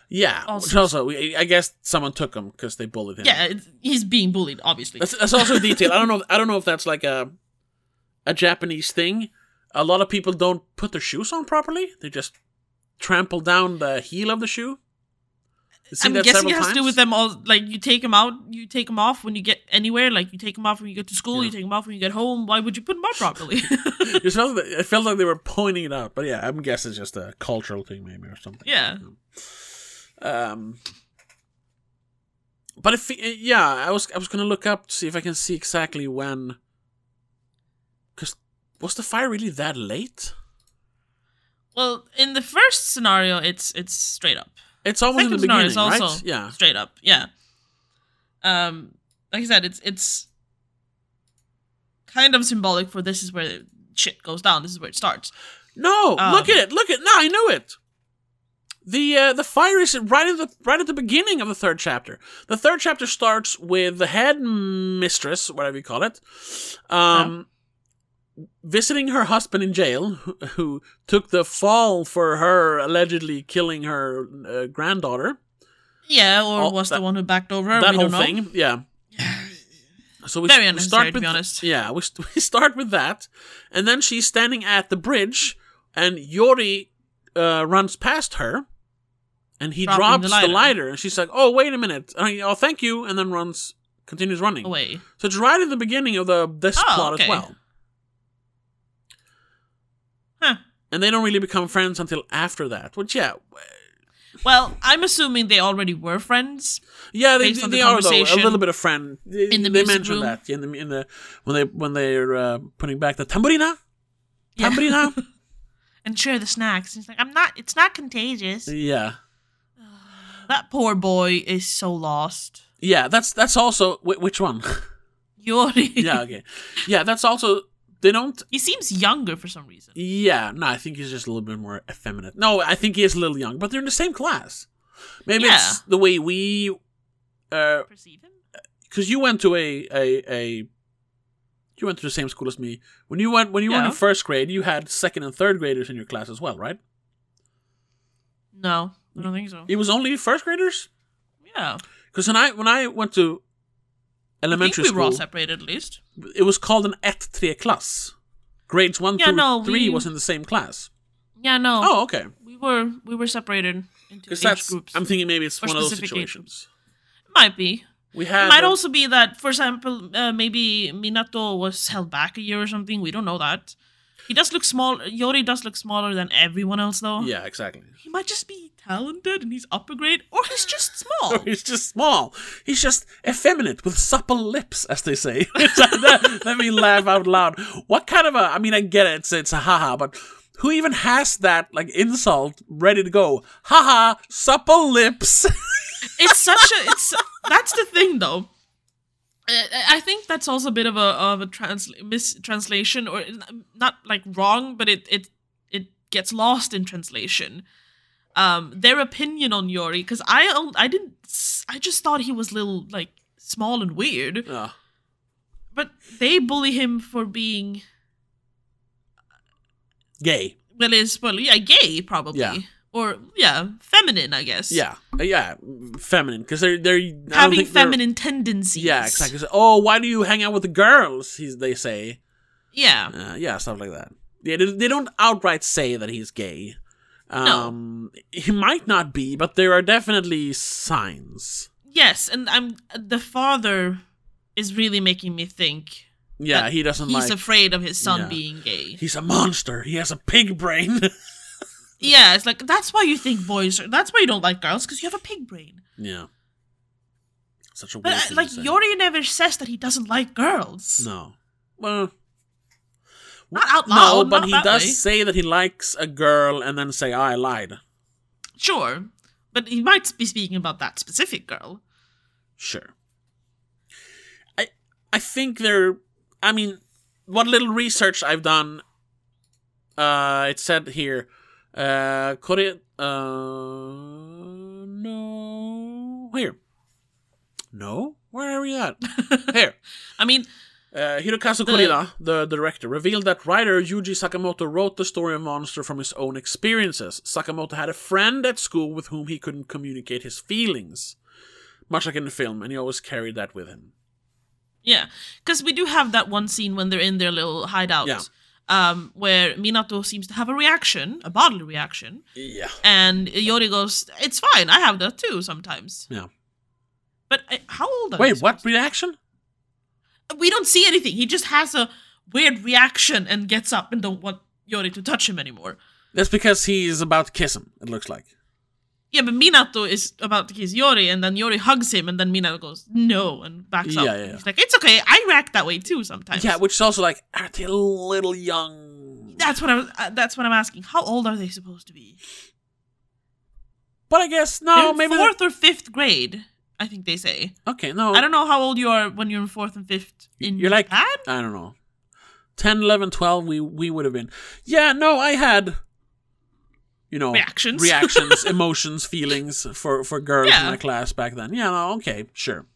yeah
Also-
also, also we- i guess someone took him because they bullied him
yeah, it's, he's being bullied obviously
That's, that's also a detail. I don't know. I don't know if that's like a a Japanese thing. A lot of people don't put their shoes on properly. They just trample down the heel of the shoe. You've seen
I'm
that
guessing
several
it has to do
times.
with them all. Like you take them out, you take them off when you get anywhere. Like you take them off when you get to school,
Yeah.
you take them off when you get home. Why would you put them on properly?
It felt, like- it felt like they were pointing it out, but yeah, I'm guessing it's just a cultural thing, maybe or something.
yeah,
Um, but if yeah, I was I was gonna look up to see if I can see exactly when. Because was the fire really that late?
Well, in the first scenario, it's it's straight up.
It's almost in
Second
the
scenario
beginning,
is also
right? Yeah.
straight up. Yeah. Um, like I said, it's it's kind of symbolic for this is where shit goes down. This is where it starts.
No,
Um,
look at it. Look at no, I knew it. The uh, the fire is right at the right at the beginning of the third chapter. The third chapter starts with the head mistress, whatever you call it, um, visiting her husband in jail, who, who took the fall for her allegedly killing her uh, granddaughter.
Yeah, or
Oh,
was
that-
the one who backed over? her,
that
we
whole
don't know.
thing, yeah. So we,
Very
we
unnecessary,
start
to
with
be honest.
yeah, we, st- we start with that, and then she's standing at the bridge, and Yori uh, runs past her, and he
Dropping the
drops the
lighter.
lighter, and she's like, "Oh, wait a minute! I- oh, thank you!" And then runs, continues running.
Away.
So it's right at the beginning of the this
Oh,
plot as
okay.
well,
Huh.
and they don't really become friends until after that. Which yeah,
Well, I'm assuming they already were friends
Yeah, they,
based on
they
the
are though a
conversation.
little bit of friend. They,
In the
they
music
mentioned
room.
that in the in the when they when they're uh, putting back the tamburina,
Yeah.
tamburina.
and share the snacks. And he's like, I'm not, it's not contagious.
yeah,
That poor boy is so lost.
yeah. That's that's also whi- which one?
Yori.
yeah, okay. Yeah, that's also they don't.
He seems younger for some reason.
Yeah, no, I think he's just a little bit more effeminate. No, I think he is a little young, but they're in the same class. Maybe it's the way we, because
Perceive him?
you went to a a a. You went to the same school as me. When you went when you were
Yeah.
in first grade, you had second and third graders in your class as well, right?
No. I don't think so.
It was only first graders?
Yeah.
Because when I when I went to
I think
elementary
we were all
school,
separated at least.
it was called an et tre class. Grades one
Yeah,
through
no,
three
we-
was in the same class.
Yeah, no.
Oh, okay.
We were we were separated into
Because
age
that's
groups.
I'm thinking maybe it's
Or
one of those
specific age
situations.
Might be.
We had
It might
a-
also be that, for example, uh, maybe Minato was held back a year or something. We don't know that. He does look small. Yori does look smaller than everyone else, though.
yeah, exactly.
He might just be talented and he's upper grade, or he's just
Or
small.
he's just small. He's just effeminate with supple lips, as they say. that, let me laugh out loud. What kind of a? I mean, I get it. It's, it's a haha, but who even has that like insult ready to go? Haha, supple lips.
it's such a. It's that's the thing, though. Uh, I think that's also a bit of a of a transla- mistranslation, or not like wrong, but it it it gets lost in translation. Um, their opinion on Yori, because I don't- I didn't s- I just thought he was little like small and weird,
Ah,
but they bully him for being
gay.
well is well yeah gay probably
Yeah.
or yeah feminine I guess
Yeah, Uh, yeah, feminine. Because they're they're I don't
having
think they're-
feminine tendencies
Yeah, exactly. So, oh, why do you hang out with the girls? He's, they say.
yeah
Uh, yeah, stuff like that. Yeah, they, they don't outright say that he's gay. Um, He might not be, but there are definitely signs.
Yes, and I'm the father is really making me think
Yeah,
That
he doesn't
he's
like.
afraid of his son
yeah.
being gay.
he's a monster. He has a pig brain.
Yeah, it's like that's why you think boys are that's why you don't like girls because you have a pig brain.
yeah. Such a
But
weird
uh,
thing
like
to say.
Yori never says that he doesn't like girls.
No. Well.
Not out
No,
loud,
but
not
he
that
does
way.
say that he likes a girl and then say, I lied.
Sure, but he might be speaking about that specific girl.
Sure. I I think there. I mean, what little research I've done, uh, it said here, uh, Korea. Uh, no, here. No, where are we at? here.
I mean,
Uh, Hirokazu Koreeda, the director, revealed that writer Yuji Sakamoto wrote the story of Monster from his own experiences. Sakamoto had a friend at school with whom he couldn't communicate his feelings, much like in the film, and he always carried that with him.
Yeah, because we do have that one scene when they're in their little hideout,
Yeah.
um, where Minato seems to have a reaction, a bodily reaction,
Yeah.
and Yori goes, "It's fine, I have that too sometimes."
Yeah.
But I, how old? Are
Wait,
these
what
kids?
reaction?
We don't see anything. He just has a weird reaction and gets up and don't want Yori to touch him anymore.
That's because he's about to kiss him. It looks like.
Yeah, but Minato is about to kiss Yori, and then Yori hugs him, and then Minato goes no and backs up.
Yeah, yeah, yeah.
He's like, "It's okay, I react that way too sometimes."
Yeah, which is also like aren't they a little young?
that's what I'm. Uh, that's what I'm asking. How old are they supposed to be?
But I guess no,
They're in
Oh, maybe.
fourth or fifth grade. I think they say.
they're- Okay, no.
I don't know how old you are when you're in fourth and fifth in
You're like-
Japan.
I don't know. 10, 11, 12, we, we would have been. Yeah, no, I had, you know,
Reactions.
reactions, emotions, feelings for, for girls in
Yeah.
my class back then. Yeah, no, okay, sure.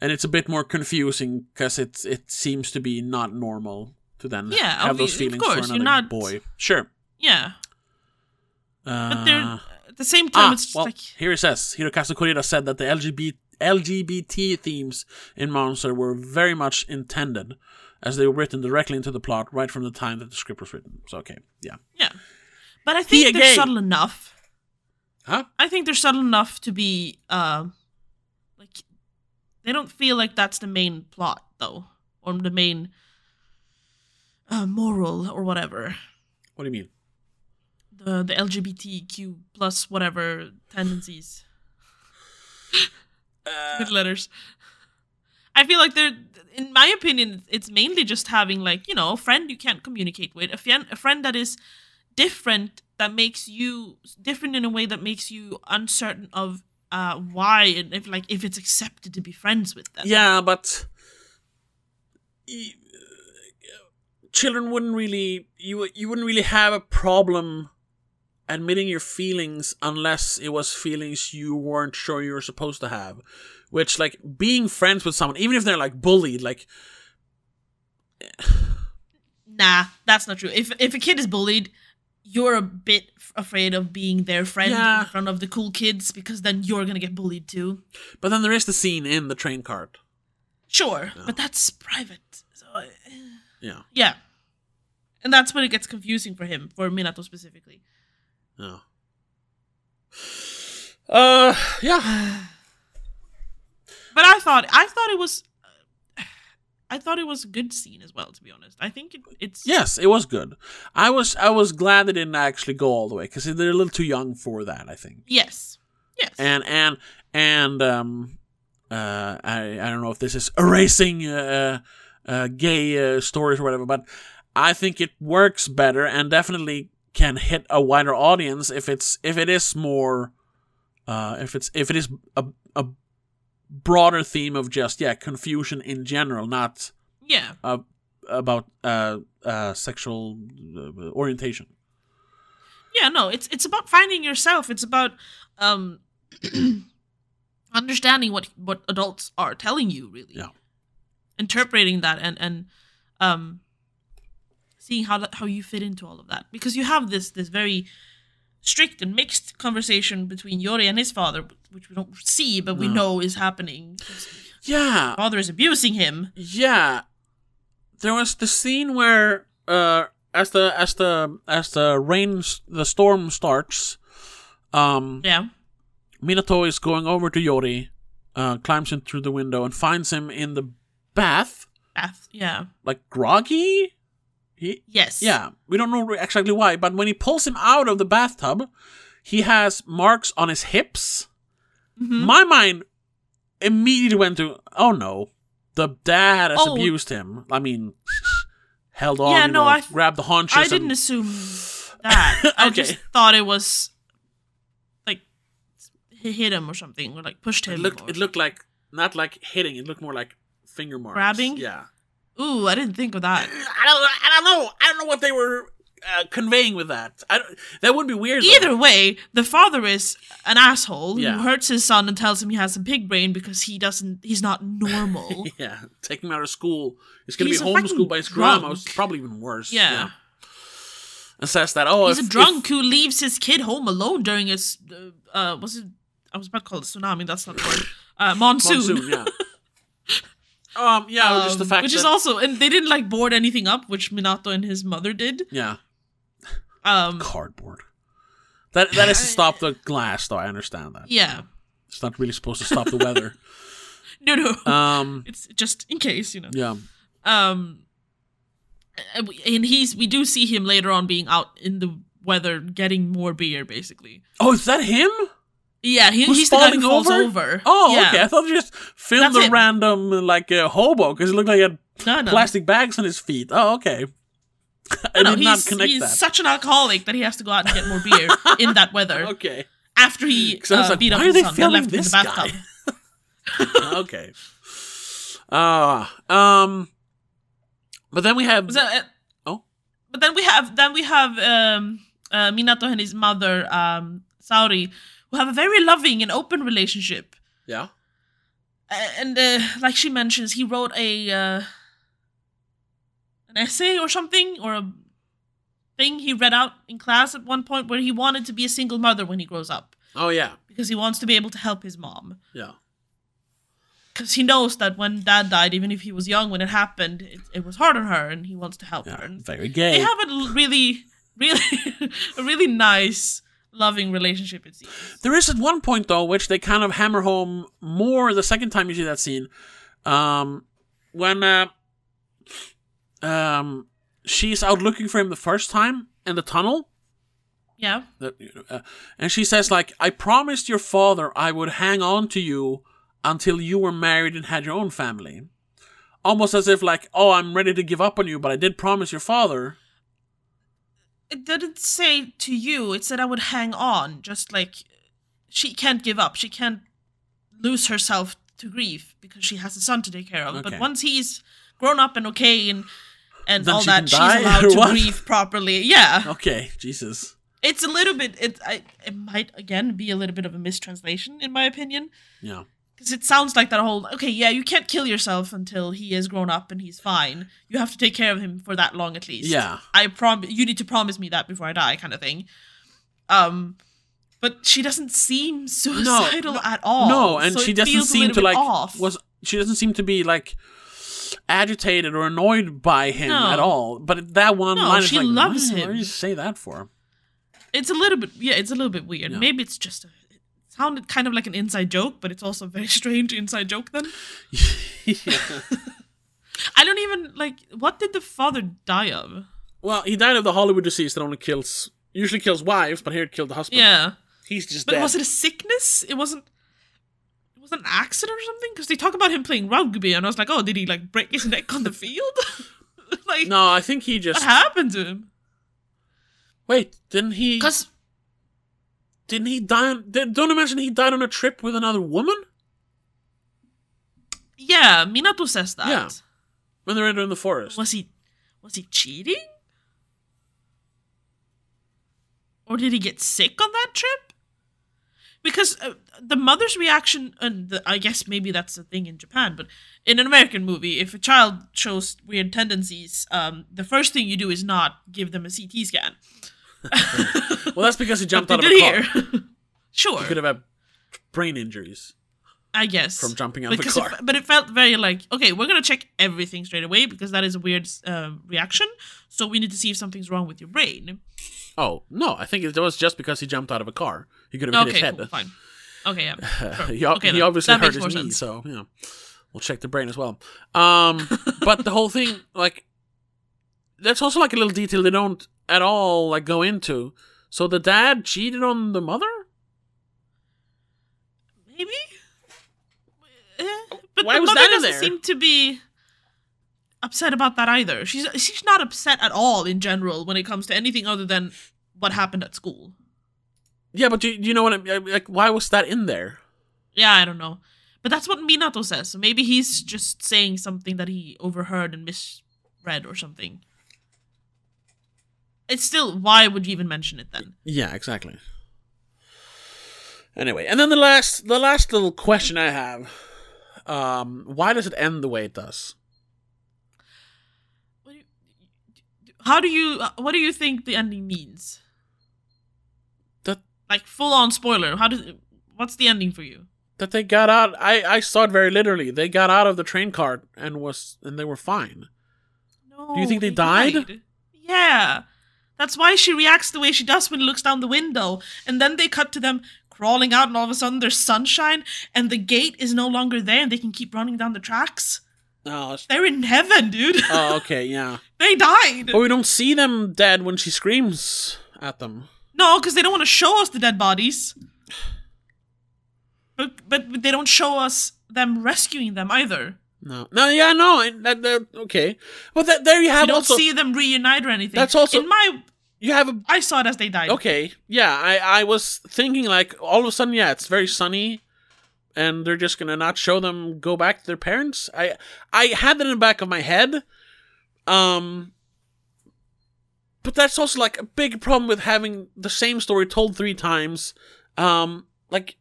And it's a bit more confusing because it, it seems to be not normal to then
Yeah,
have those
obvi- of
feelings
course,
for
you're
another
not-
boy. Sure.
Yeah,
Uh,
but they're at the same time.
ah,
it's just
well,
like
here it says Hirokazu Koreeda said that the LGBT, LGBT themes in Monster were very much intended, as they were written directly into the plot right from the time that the script was written. So okay, yeah,
yeah. But I think they're
again.
subtle enough.
huh?
I think they're subtle enough to be um, like they don't feel like that's the main plot though, or the main uh, moral or whatever.
What do you mean?
The the LGBTQ plus whatever tendencies. with letters. I feel like they're, in my opinion, it's mainly just having like you know a friend you can't communicate with, a friend, a friend that is different that makes you different in a way that makes you uncertain of uh why and if like if it's accepted to be friends with them.
Yeah, but y- uh, children wouldn't really you you wouldn't really have a problem admitting your feelings unless it was feelings you weren't sure you were supposed to have which like being friends with someone even if they're like bullied like
Nah, that's not true. If if a kid is bullied, you're a bit f- afraid of being their friend
Yeah.
in front of the cool kids because then you're gonna get bullied too.
But then there is the scene in the train cart.
Sure, but that's private. So uh,
Yeah.
yeah, and that's when it gets confusing for him, for Minato specifically.
No. Uh, yeah.
But I thought I thought it was. I thought it was a good scene as well, to be honest. I think it, it's
Yes, it was good. I was I was glad they didn't actually go all the way because they're a little too young for that. I think.
yes, yes.
And and and um, uh, I I don't know if this is erasing uh, uh, gay uh, stories or whatever, but I think it works better and definitely can hit a wider audience if it's if it is more, uh, if it's if it is a a broader theme of just yeah confusion in general, not
yeah,
about uh, uh, sexual uh, orientation.
yeah. No, it's it's about finding yourself. It's about um understanding what what adults are telling you, really.
Yeah.
Interpreting that and and um seeing how that, how you fit into all of that because you have this this very strict and mixed conversation between Yori and his father, which we don't see but we
No.
know is happening.
Yeah,
father is abusing him.
yeah. There was the scene where uh, as the as the as the rain s- the storm starts, um,
Yeah.
Minato is going over to Yori, uh, climbs in through the window and finds him in the bath,
Bath. Yeah.
like groggy. He
Yes.
Yeah, we don't know re- exactly why, but when he pulls him out of the bathtub, he has marks on his hips.
Mhm.
My mind immediately went to, oh no, the dad has
Oh.
abused him. I mean, held on,
Yeah,
you
no,
know,
I f-
grabbed the haunches.
I didn't
and-
assume that. I
Okay.
just thought it was like he hit him or something, or like pushed him.
It looked,
or-
it looked like not like hitting. It looked more like finger marks.
Grabbing?
Yeah.
Ooh, I didn't think of
I
that.
don't, I don't know. I don't know what they were uh, conveying with that. I don't, that would be weird. though.
Either way, the father is an asshole
Yeah.
who hurts his son and tells him he has a pig brain because he doesn't. He's not normal.
Yeah, taking him out of school. He's gonna
He's
be
a fucking
homeschooled by his
drunk.
grandma. It's probably even worse.
Yeah.
And says that, oh,
he's
if-
a drunk who leaves his kid home alone during his. Uh, uh, was it? I was about to call it tsunami. That's not the word. Uh,
if-
monsoon.
monsoon, yeah. um, yeah, or just the
Um,
fact
which
that
is also and they didn't like board anything up which minato and his mother did
yeah,
um
cardboard. That that is to stop the glass, though. I understand that.
yeah
It's not really supposed to stop the weather.
no no
Um,
it's just in case you know
yeah,
um and we- and he's we do see him later on being out in the weather getting more beer basically
Oh, is that him?
yeah he,
Who's
he's the guy who
falling
falls
over?
over,
Oh,
yeah.
okay. I thought you just filmed
That's
a
him.
random like uh, hobo because it looked like he had
no no
plastic bags on his feet. Oh, okay. I
no, no,
did not
he's,
connect
he's
that.
such an alcoholic that he has to go out and get more beer in that weather
okay.
after he
Because I was
uh,
like,
beat up
why are
his
they
son and
filming
left him in the
this
bathtub.
guy? okay. Uh, um, but then we have.
Was that- uh,
Oh.
But then we have then we have um, uh, Minato and his mother um, Saori, who have a very loving and open relationship.
yeah.
A- And uh, like she mentions, he wrote a uh, an essay or something or a thing he read out in class at one point where he wanted to be a single mother when he grows up
Oh, yeah.
because he wants to be able to help his mom
Yeah.
because he knows that when dad died even if he was young when it happened it, it was hard on her and he wants to help her
yeah.
and
Very
they
gay.
have a l- really, really, a really nice, loving relationship. It seems.
there is at one point, though, which they kind of hammer home more the second time you see that scene. Um, when, uh, um, she's out looking for him the first time in the tunnel.
Yeah.
that- uh, and she says like i promised your father i would hang on to you until you were married and had your own family almost as if like oh i'm ready to give up on you but i did promise your father
It didn't say to you. It said I would hang on. Just like she can't give up. She can't lose herself to grief because she has a son to take care of.
Okay.
But once he's grown up and okay and and
Then
all
she can
that, she's
die, or
allowed to
what? Oh.
grieve properly. Yeah.
okay jesus
It's a little bit. It I, it might again be a little bit of a mistranslation in my opinion.
yeah
Because it sounds like that whole okay, yeah, you can't kill yourself until he has grown up and he's fine. You have to take care of him for that long at least.
Yeah.
I prom you need to promise me that before I die, kind of thing. Um, but she doesn't seem suicidal
no,
at all.
No, and
so
she
it
doesn't
feels a
seem
little
to
bit
like
off.
was she doesn't seem to be like agitated or annoyed by him
No.
at all. But that one
No,
line is
she
like,
loves
"Why- Why
him."
did you say that for?
it's a little bit yeah, it's a little bit weird.
Yeah.
Maybe it's just a it sounded kind of like an inside joke, but it's also a very strange inside joke then. I don't even like what did the father die of?
Well, he died of the Hollywood disease that only kills usually kills wives, but here it killed the husband.
Yeah.
he's just
But
dead.
was it a sickness? It wasn't. It was an accident or something? Because they talk about him playing rugby, and I was like, oh, did he like break his neck on the field? like,
no, I think he
what
just
happened to him?
wait. Didn't he?
Because
Didn't he die? On, did, don't imagine he died on a trip with another woman
yeah, Minato says that.
Yeah. when they're in the forest.
Was he? Was he cheating? Or did he get sick on that trip? Because uh, the mother's reaction, and the, I guess maybe that's a thing in Japan, but in an American movie, if a child shows weird tendencies, um, the first thing you do is not give them a CT scan.
Well, that's because he jumped
They
out of
did
a car.
here. sure,
Could have had brain injuries
I guess
from jumping out
because
of
it
a car.
fe- but it felt very like okay, we're gonna check everything straight away because that is a weird um, reaction. So we need to see if something's wrong with your brain.
Oh no, I think it was just because he jumped out of a car. He could have hit his
Okay,
head.
cool, fine. Okay, yeah. sure.
he, ob-
Okay,
he
then.
obviously
That
hurt
makes
his
more
knee,
sense.
so yeah. We'll check the brain as well. Um, but the whole thing, like, that's also like a little detail they don't at all like go into. So the dad cheated on the mother.
Maybe. Eh, But
Why
the
was
mother
that in
doesn't
there?
seem to be upset about that either. She's uh, she's not upset at all in general when it comes to anything other than what happened at school.
Yeah, but do, do you know what? I mean? Like, why was that in there?
Yeah, I don't know. But that's what Minato says. So maybe he's just saying something that he overheard and misread or something. It's still why would you even mention it then?
Yeah, exactly. Anyway, and then the last, the last little question I have: um, Why does it end the way it does?
What do you- How do you uh, what do you think the ending means?
That
Like full on spoiler. How does what's the ending for you?
that they got out I, I saw it very literally they got out of the train cart and was and they were fine
No.
Do you think they died?
Yeah. That's why she reacts the way she does when he looks down the window. And then they cut to them crawling out, and all of a sudden there's sunshine, and the gate is no longer there, and they can keep running down the tracks.
oh, it's-
They're in heaven, dude.
oh okay yeah
they died.
but we don't see them dead when she screams at them
No, because they don't want to show us the dead bodies. But, but but they don't show us them rescuing them either.
no no yeah no and that, that, okay but that, there you
You
have
don't
also
see them reunite or anything.
That's also- Oh,
in my.
you have a
I saw it as they died.
okay yeah I, I was thinking like all of a sudden yeah it's very sunny and they're just gonna not show them go back to their parents i i had that in the back of my head um but that's also like a big problem with having the same story told three times um like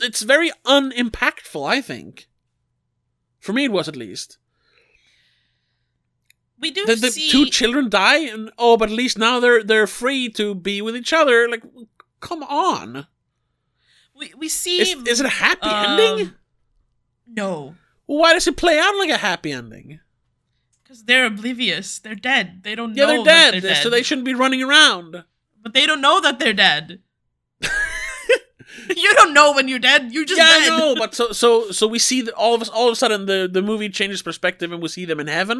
it's very unimpactful i think for me it was at least
We do
the, the
see
two children die and oh but at least now they're they're free to be with each other like come on
we, we see
is, is it a happy
um,
ending
No,
why does it play out like a happy ending
because they're oblivious. They're dead. They don't
yeah
know
they're, dead,
that they're dead.
so they shouldn't be running around
but they don't know that they're dead. you don't know when you're dead. You're just
yeah
dead.
i know but so so so we see that all of us all of a sudden the the movie changes perspective and we see them in heaven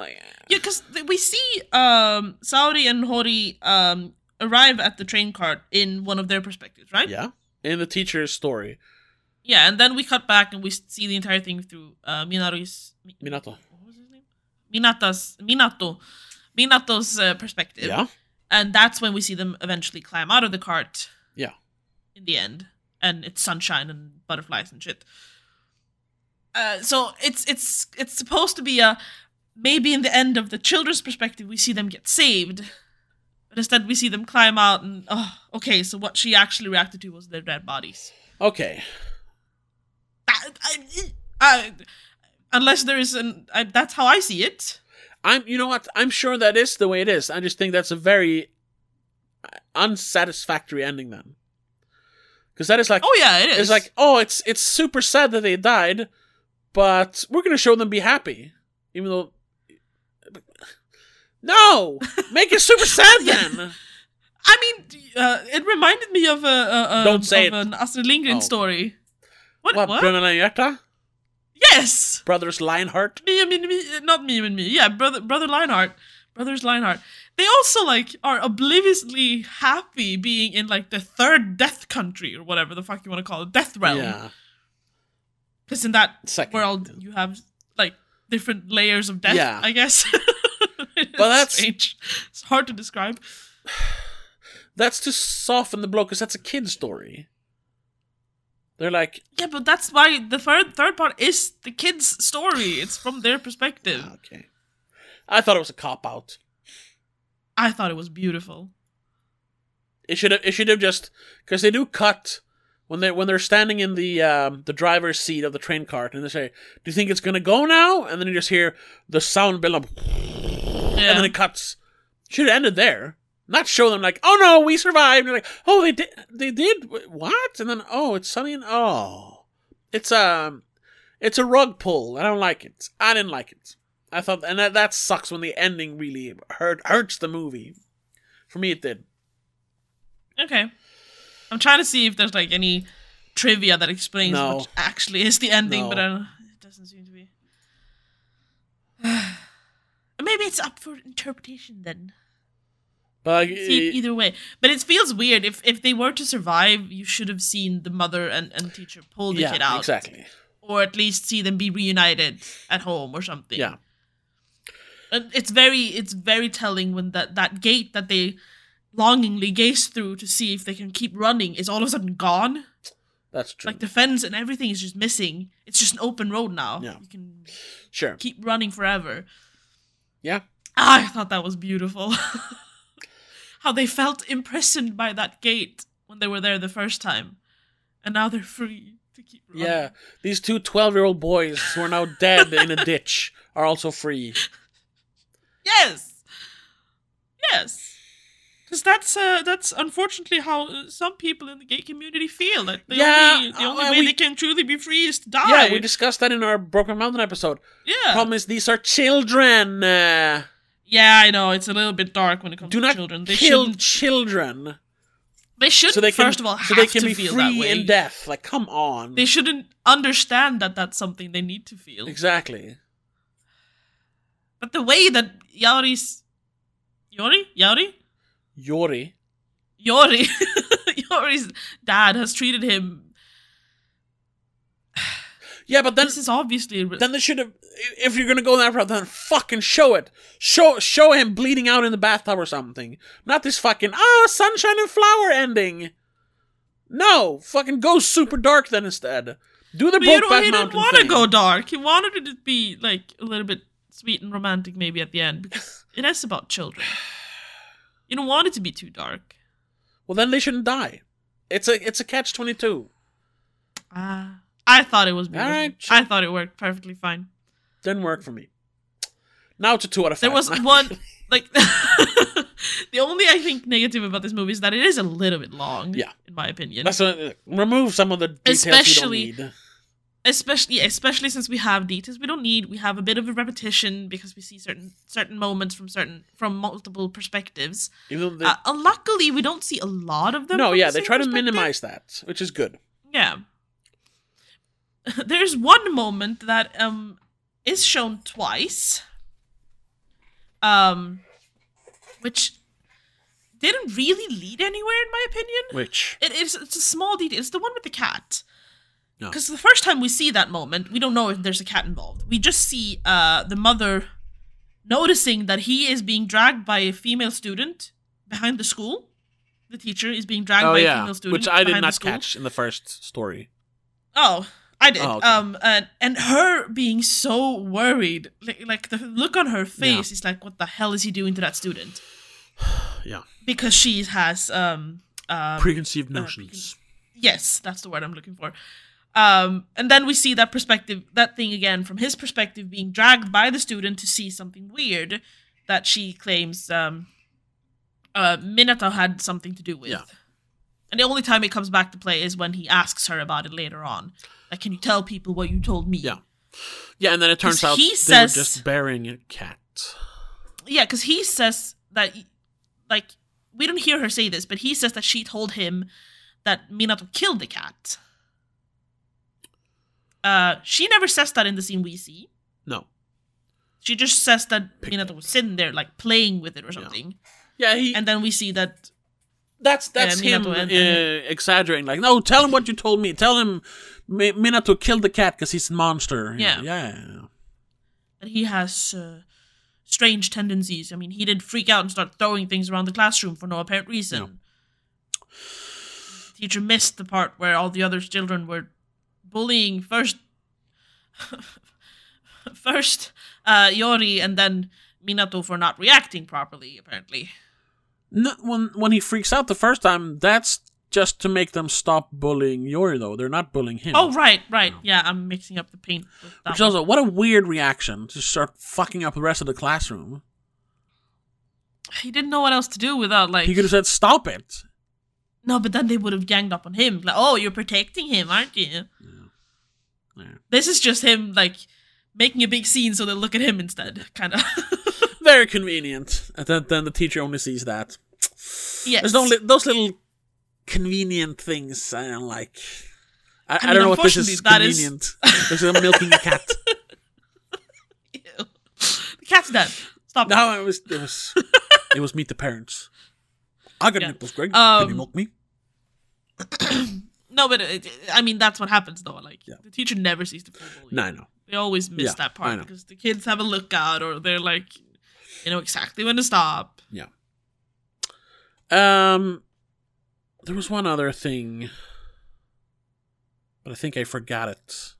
like
Yeah, because we see um, Saori and Hori um, arrive at the train cart in one of their perspectives, right?
yeah in the teacher's story
Yeah, and then we cut back and we s- see the entire thing through uh, Minaru's. Mi-
Minato.
What was his name? Minata's Minato, Minato's uh, perspective.
yeah
and that's when we see them eventually climb out of the cart.
Yeah.
In the end, and it's sunshine and butterflies and shit. Uh, so it's it's it's supposed to be a maybe in the end of the children's perspective we see them get saved, but instead we see them climb out and oh okay so what she actually reacted to was their dead bodies.
Okay.
I, I, I, unless there is an, I, that's how I see it.
I'm you know what? I'm sure that is the way it is. I just think that's a very unsatisfactory ending then. Cuz that is like
Oh yeah, it is.
it's like, "Oh, it's it's super sad that they died, but we're going to show them be happy." Even though No! Make it super sad then.
I mean, d- uh, it reminded me of a, a, a
Don't say
of
it.
an Astrid Lindgren
Oh.
story. What?
What,
What?
Brunner and Yerta?
Yes,
Brothers Lionheart?
me, me, me, not me, and me. Yeah, brother, brother Lionheart, brothers Lionheart. They also like are obliviously happy being in like the third death country or whatever the fuck you want to call it, death realm.
Yeah.
Because in that
Second.
world you have like different layers of death.
Yeah.
I guess. It's
that's-
strange. It's hard to describe.
That's to soften the blow because that's a kid story. They're like,
Yeah, but that's why the third third part is the kids' story. It's from their perspective.
"Ah, okay. I thought it was a cop out.
I thought it was beautiful.
It should have. It should have just because they do cut when they when they're standing in the um, the driver's seat of the train cart and they say, "Do you think it's gonna go now?" And then you just hear the sound build up,
Yeah.
and then it cuts. Should have ended there. Not show them like, "Oh no, we survived." And like, "Oh, they did. They did Wh- what?" And then, "Oh, it's sunny and oh, it's um, it's a rug pull. I don't like it. I didn't like it. I thought, and that that sucks when the ending really hurt hurts the movie. For me, it did.
okay. I'm trying to see if there's like any trivia that explains
No.
what actually is the ending, but I
No.
don't, it doesn't seem to be. Maybe it's up for interpretation then.
But uh, like,
See,
it-
either way, but it feels weird. If if they were to survive, you should have seen the mother and, and teacher pull the kid out,
Exactly.
or at least see them be reunited at home or something.
Yeah.
and it's very it's very telling when that that gate that they longingly gaze through to see if they can keep running is all of a sudden gone
That's true.
like the fence and everything is just missing it's just an open road now
Yeah.
you can
sure.
keep running forever
Yeah.
Ah, i thought that was beautiful how they felt imprisoned by that gate when they were there the first time and now they're free to keep running
Yeah. These two 12 year old boys who are now dead in a ditch are also free.
Yes. Yes. Because that's uh, that's unfortunately how uh, some people in the gay community feel. That the
Yeah,
only, the
uh,
only
well,
way
we-
they can truly be free is to die.
Yeah, we discussed that in our Broken Mountain episode.
yeah.
Problem is, these are children. Uh,
Yeah, I know it's a little bit dark when it comes
do
to
not
children. They
kill
shouldn't.
children.
They should
So they can,
first of all have
so they can
to
be
feel
free
that way.
in death. Like, come on.
They shouldn't understand that that's something they need to feel.
exactly.
But the way that Yaori's Yori Yaori
Yori.
Yori, Yori's dad has treated him.
Yeah, but then
this is obviously a re-
then they should have. If you're gonna go that route, then fucking show it. Show show him bleeding out in the bathtub or something. Not this fucking ah sunshine and flower ending. No, fucking go super dark then instead. Do the
But you know,
Brokeback
he didn't
Mountain
want to
thing.
go dark. He wanted it to be like a little bit sweet and romantic, maybe at the end, because it is about children. You don't want it to be too dark.
Well, then they shouldn't die. It's a it's a catch twenty two.
Ah, I thought it was beautiful.
Alright, sure.
I thought it worked perfectly fine.
Didn't work for me. Now to two out of five.
There was one like the only I think negative about this movie is that it is a little bit long.
Yeah.
in my opinion.
That's a, remove some of the details
Especially-
you don't need.
especially yeah, especially since we have details we don't need we have a bit of a repetition because we see certain certain moments from certain from multiple perspectives
Even though they,
uh, uh, luckily, we don't see a lot of them.
no,
from
yeah,
the
they
same
try to
perspective.
minimize that, which is good.
Yeah. There's one moment that um is shown twice. Um, which didn't really lead anywhere, in my opinion.
Which
It is it's a small detail. It's the one with the cat.
No.
Because the first time we see that moment, we don't know if there's a cat involved. We just see uh, the mother noticing that he is being dragged by a female student behind the school. The teacher is being dragged
oh
by a
yeah,
female student,
which I did
behind the
not
school.
catch in the first story.
Oh, I did.
Oh, okay.
Um, and and her being so worried, like, like the look on her face is like, what the hell is he doing to that student?
Yeah,
Because she has um, um
preconceived
notions. Yes, that's the word I'm looking for. Um, and then we see that perspective, that thing again from his perspective, being dragged by the student to see something weird that she claims um, uh, Minato had something to do with.
Yeah.
And the only time it comes back to play is when he asks her about it later on. Like, can you tell people what you told me?
Yeah. Yeah, and then it turns
'Cause
out
he
they
says-
were just burying a cat.
Yeah, because he says that, like, we don't hear her say this, but he says that she told him that Minato killed the cat. Uh, she never says that in the scene we see.
No.
She just says that
Pick-
Minato was sitting there, like, playing with it or something.
Yeah, he.
And then we see that,
that's that's
yeah,
him
Minato and-
uh, exaggerating. Like, no, tell him what you told me. Tell him Mi- Minato killed the cat because he's a monster. you
Yeah.
know. yeah.
that he has uh, strange tendencies. I mean, he did freak out and start throwing things around the classroom for no apparent reason.
Yeah.
teacher missed the part where all the other children were bullying first first uh, Yori and then Minato for not reacting properly apparently.
No, when when he freaks out the first time, that's just to make them stop bullying Yori. Though they're not bullying him.
Oh right, right. Yeah, I'm mixing up the paint with that.
Which
one.
also, what a weird reaction to start fucking up the rest of the classroom.
he didn't know what else to do without like
He could have said, "Stop it."
No, but then they would have ganged up on him. Like, "Oh, you're protecting him, aren't you?"
Yeah.
This is just him like making a big scene so they look at him instead, kind of.
Very convenient. And then, then the teacher only sees that.
yes.
There's no li- those little convenient things I don't like. I, I,
mean,
don't know what this is
unfortunately, that is-
convenient. This is a milking a cat.
Ew. The cat's dead. Stop. it.
No, it was it was it was meet the parents. I got
Yeah.
nipples, Greg. Can you
Um,
milk me?
No, but it, it- I mean that's what happens though. Like
Yeah.
the teacher never sees the full bully.
No, I know.
They always miss
Yeah,
that
I
part
know.
because the kids have a lookout or they're like, you know exactly when to stop.
Yeah. Um, there was one other thing, but I think I forgot it.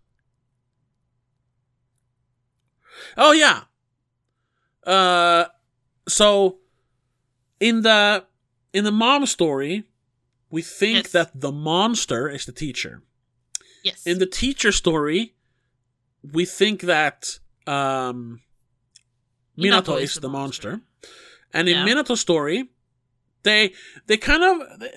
Oh yeah. Uh, so in the in the mom story, we think
Yes.
that the monster is the teacher.
Yes.
In the teacher story, we think that um, Minato, is, the monster. and in
Yeah.
Minato's story, they they kind of they,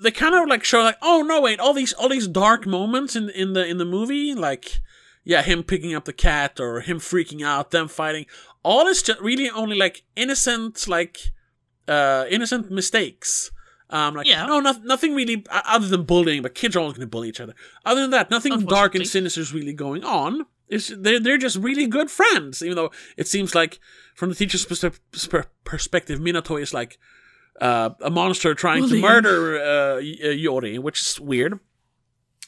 they kind of like show like oh no wait all these all these dark moments in in the in the movie like yeah him picking up the cat or him freaking out them fighting all is just really only like innocent like uh innocent mistakes. Um, like
Yeah.
no, noth- nothing really uh, other than bullying. But kids are always going to bully each other. Other than that, nothing dark and
Unfortunately.
sinister is really going on. It's, they're they're just really good friends. Even though it seems like from the teacher's perspe- per- perspective, Minato is like uh, a monster trying
Bullying.
to murder uh, Y- uh, Yori, which is weird.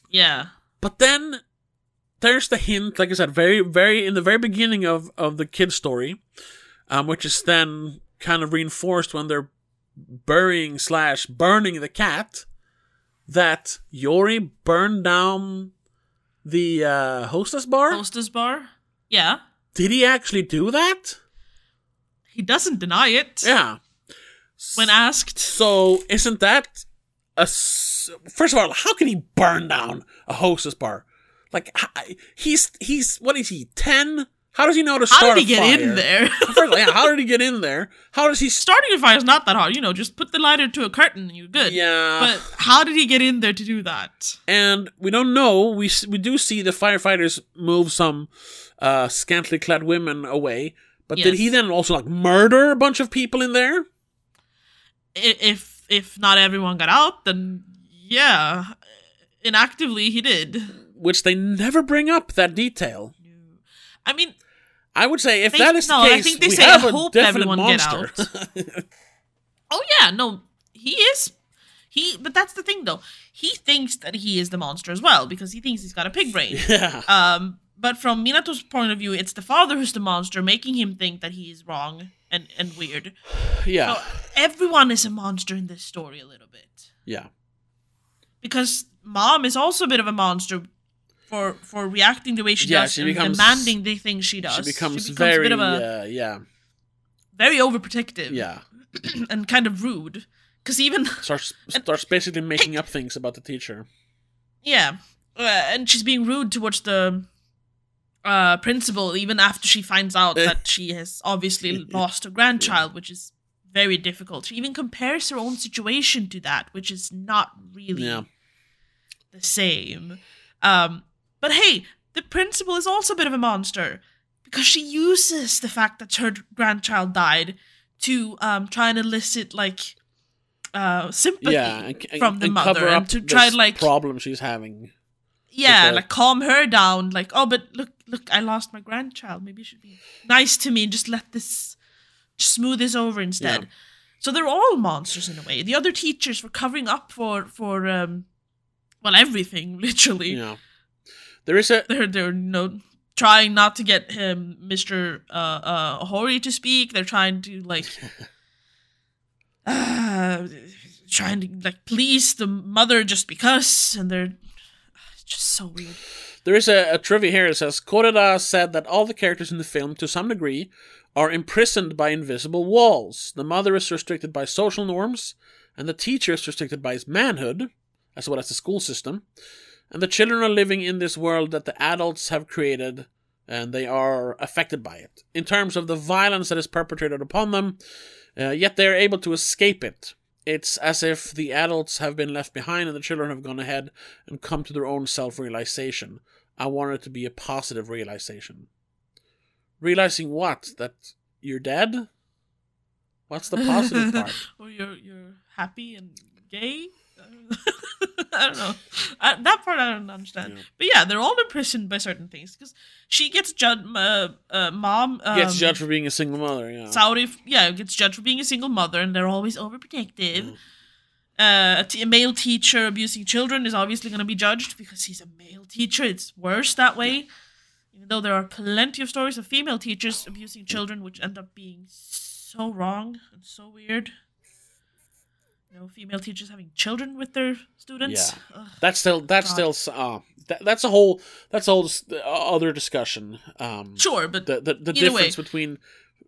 Yeah.
But then there's the hint, like I said, very, very in the very beginning of of the kid story, um, which is then kind of reinforced when they're burying slash burning the cat, that Yori burned down the uh, hostess bar.
Hostess bar. Yeah.
Did he actually do that?
He doesn't deny it
Yeah.
when asked.
So isn't that a s- first of all? How can he burn down a hostess bar? Like h- he's he's what is he ten? How does he know to start?
How did he
a
get
fire?
in there?
First of all, yeah, how did he get in there? How does he? St-
Starting a fire is not that hard. You know, just put the lighter to a curtain and you're good.
yeah,
But how did he get in there to do that?
and we don't know. We s- we do see the firefighters move some uh, scantily clad women away. But did
Yes.
he then also like murder a bunch of people in there?
I- if if not everyone got out, then yeah, inactively he did.
Which they never bring up that detail.
I mean,
I would say if
They-
that is
no,
the
I
case,
think they
we
say,
have
"I
a
hope
definite
everyone get
monster.
oh yeah, no, he is he. But that's the thing though. He thinks that he is the monster as well because he thinks he's got a pig brain.
yeah.
Um, but from Minato's point of view, it's the father who's the monster, making him think that he is wrong and and weird.
Yeah.
So everyone is a monster in this story a little bit.
yeah.
because mom is also a bit of a monster for for reacting the way she
Yeah,
does
she
and
becomes-
demanding the things she does.
She becomes very,
a bit of a
uh, yeah,
very overprotective
yeah,
and kind of rude Because even
Starts starts basically making up things about the teacher.
yeah, uh, and she's being rude towards the uh, principal even after she finds out
Eh.
that she has obviously lost her grandchild, which is very difficult. She even compares her own situation to that, which is not really
Yeah.
the same. Um, but hey, the principal is also a bit of a monster because she uses the fact that her grandchild died to um, try and elicit like uh, sympathy
yeah, and, and-
from the
and
mother
cover
and
up
to try
this
and like
problem she's having.
yeah,
the-
like calm her down. Like oh, but look, look, I lost my grandchild. Maybe you should be nice to me and just let this just smooth this over instead.
Yeah.
So they're all monsters in a way. The other teachers were covering up for for um, well everything literally.
Yeah, there is a
they're they're no trying not to get him Mr. Uh, uh Hori to speak. They're trying to like uh, trying to like please the mother just because and they're it's just so weird.
There is a, a trivia here that says Koreda said that all the characters in the film, to some degree, are imprisoned by invisible walls. The mother is restricted by social norms, and the teacher is restricted by his manhood, as well as the school system. And the children are living in this world that the adults have created, and they are affected by it. In terms of the violence that is perpetrated upon them, uh, yet they are able to escape it. It's as if the adults have been left behind and the children have gone ahead and come to their own self realization. I want it to be a positive realization. Realizing what? That you're dead? What's the positive part?
or Oh, you're you're happy and gay. I don't know. I, that part I don't understand.
Yeah.
But yeah, they're all imprisoned by certain things because she gets judged. Uh, uh, mom um,
Gets judged for being a single mother, yeah.
Saudi, yeah, gets judged for being a single mother, and they're always overprotective. Uh, a, t- a male teacher abusing children is obviously going to be judged because he's a male teacher. It's worse that way, even though there are plenty of stories of female teachers abusing children, which end up being so wrong and so weird. You know, female teachers having children with their students. Ugh.
That's still that's
God.
still uh, that, that's a whole that's a whole s- uh, other discussion. Um,
Sure, but
the the, the
Either way.
difference between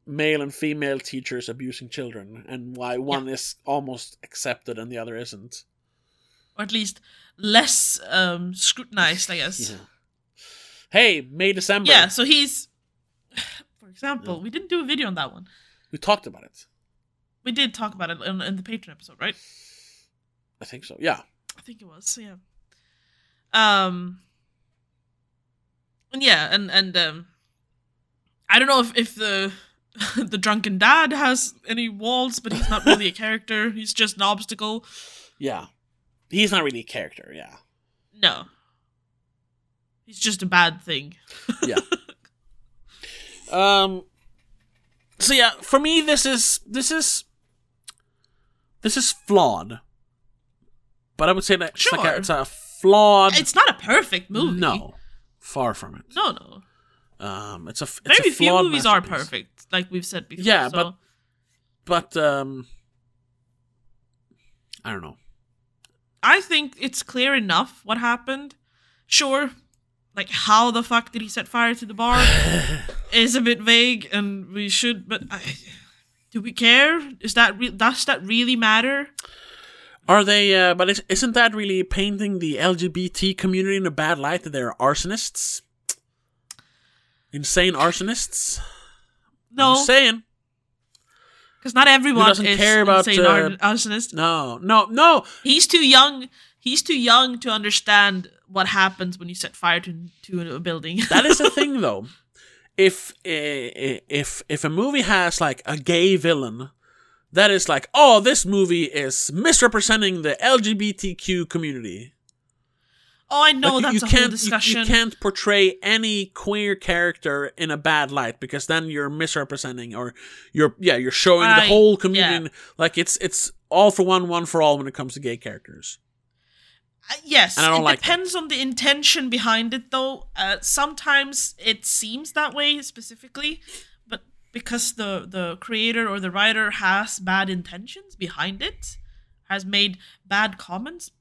male and female teachers abusing children and why one is almost accepted and the other isn't.
or at least less um, scrutinized, I guess.
Yeah. Mm-hmm. Hey, May December.
Yeah, so he's, for example, we didn't do a video on that one.
We talked about it.
We did talk about it in, in the Patreon episode, right?
I think so. Yeah.
I think it was, yeah. Um, and yeah, and and um, I don't know if if the the drunken dad has any walls, but he's not really a character. He's just an obstacle.
Yeah. He's not really a character, yeah.
No, he's just a bad thing.
Um So yeah, for me this is this is this is flawed. But I would say that it's, like
Sure.
a, it's a flawed
It's not a perfect movie.
Um, No. Far from it.
no, no.
Um it's a f- it's
Very
a
few
flawed
movies are
masterpiece.
perfect, like we've said before.
Yeah,
so.
but- But um I don't know.
I think it's clear enough what happened. Sure, like how the fuck did he set fire to the bar is a bit vague, and we should. But I, do we care? Is that re- does that really matter?
Are they? Uh, but is, isn't that really painting the LGBT community in a bad light that they're arsonists, insane arsonists? I'm
No,
saying
because not everyone
doesn't
is
care about,
insane ar-
uh,
arsonist.
no, no, no.
He's too young. He's too young to understand what happens when you set fire to to a building.
That is the thing, though. If eh, if if a movie has like a gay villain, that is like, oh, this movie is misrepresenting the LGBTQ community.
oh, I know
Like,
that's a whole
can't, you-
discussion.
You, can't portray any queer character in a bad light because then you're misrepresenting or you're yeah you're showing the
Right,
whole community
yeah.
in- like it's it's all for one one for all when it comes to gay characters.
Uh, yes,
And I don't
it
like that.
depends on the intention behind it, though. Uh, sometimes it seems that way specifically, but because the the creator or the writer has bad intentions behind it, has made bad comments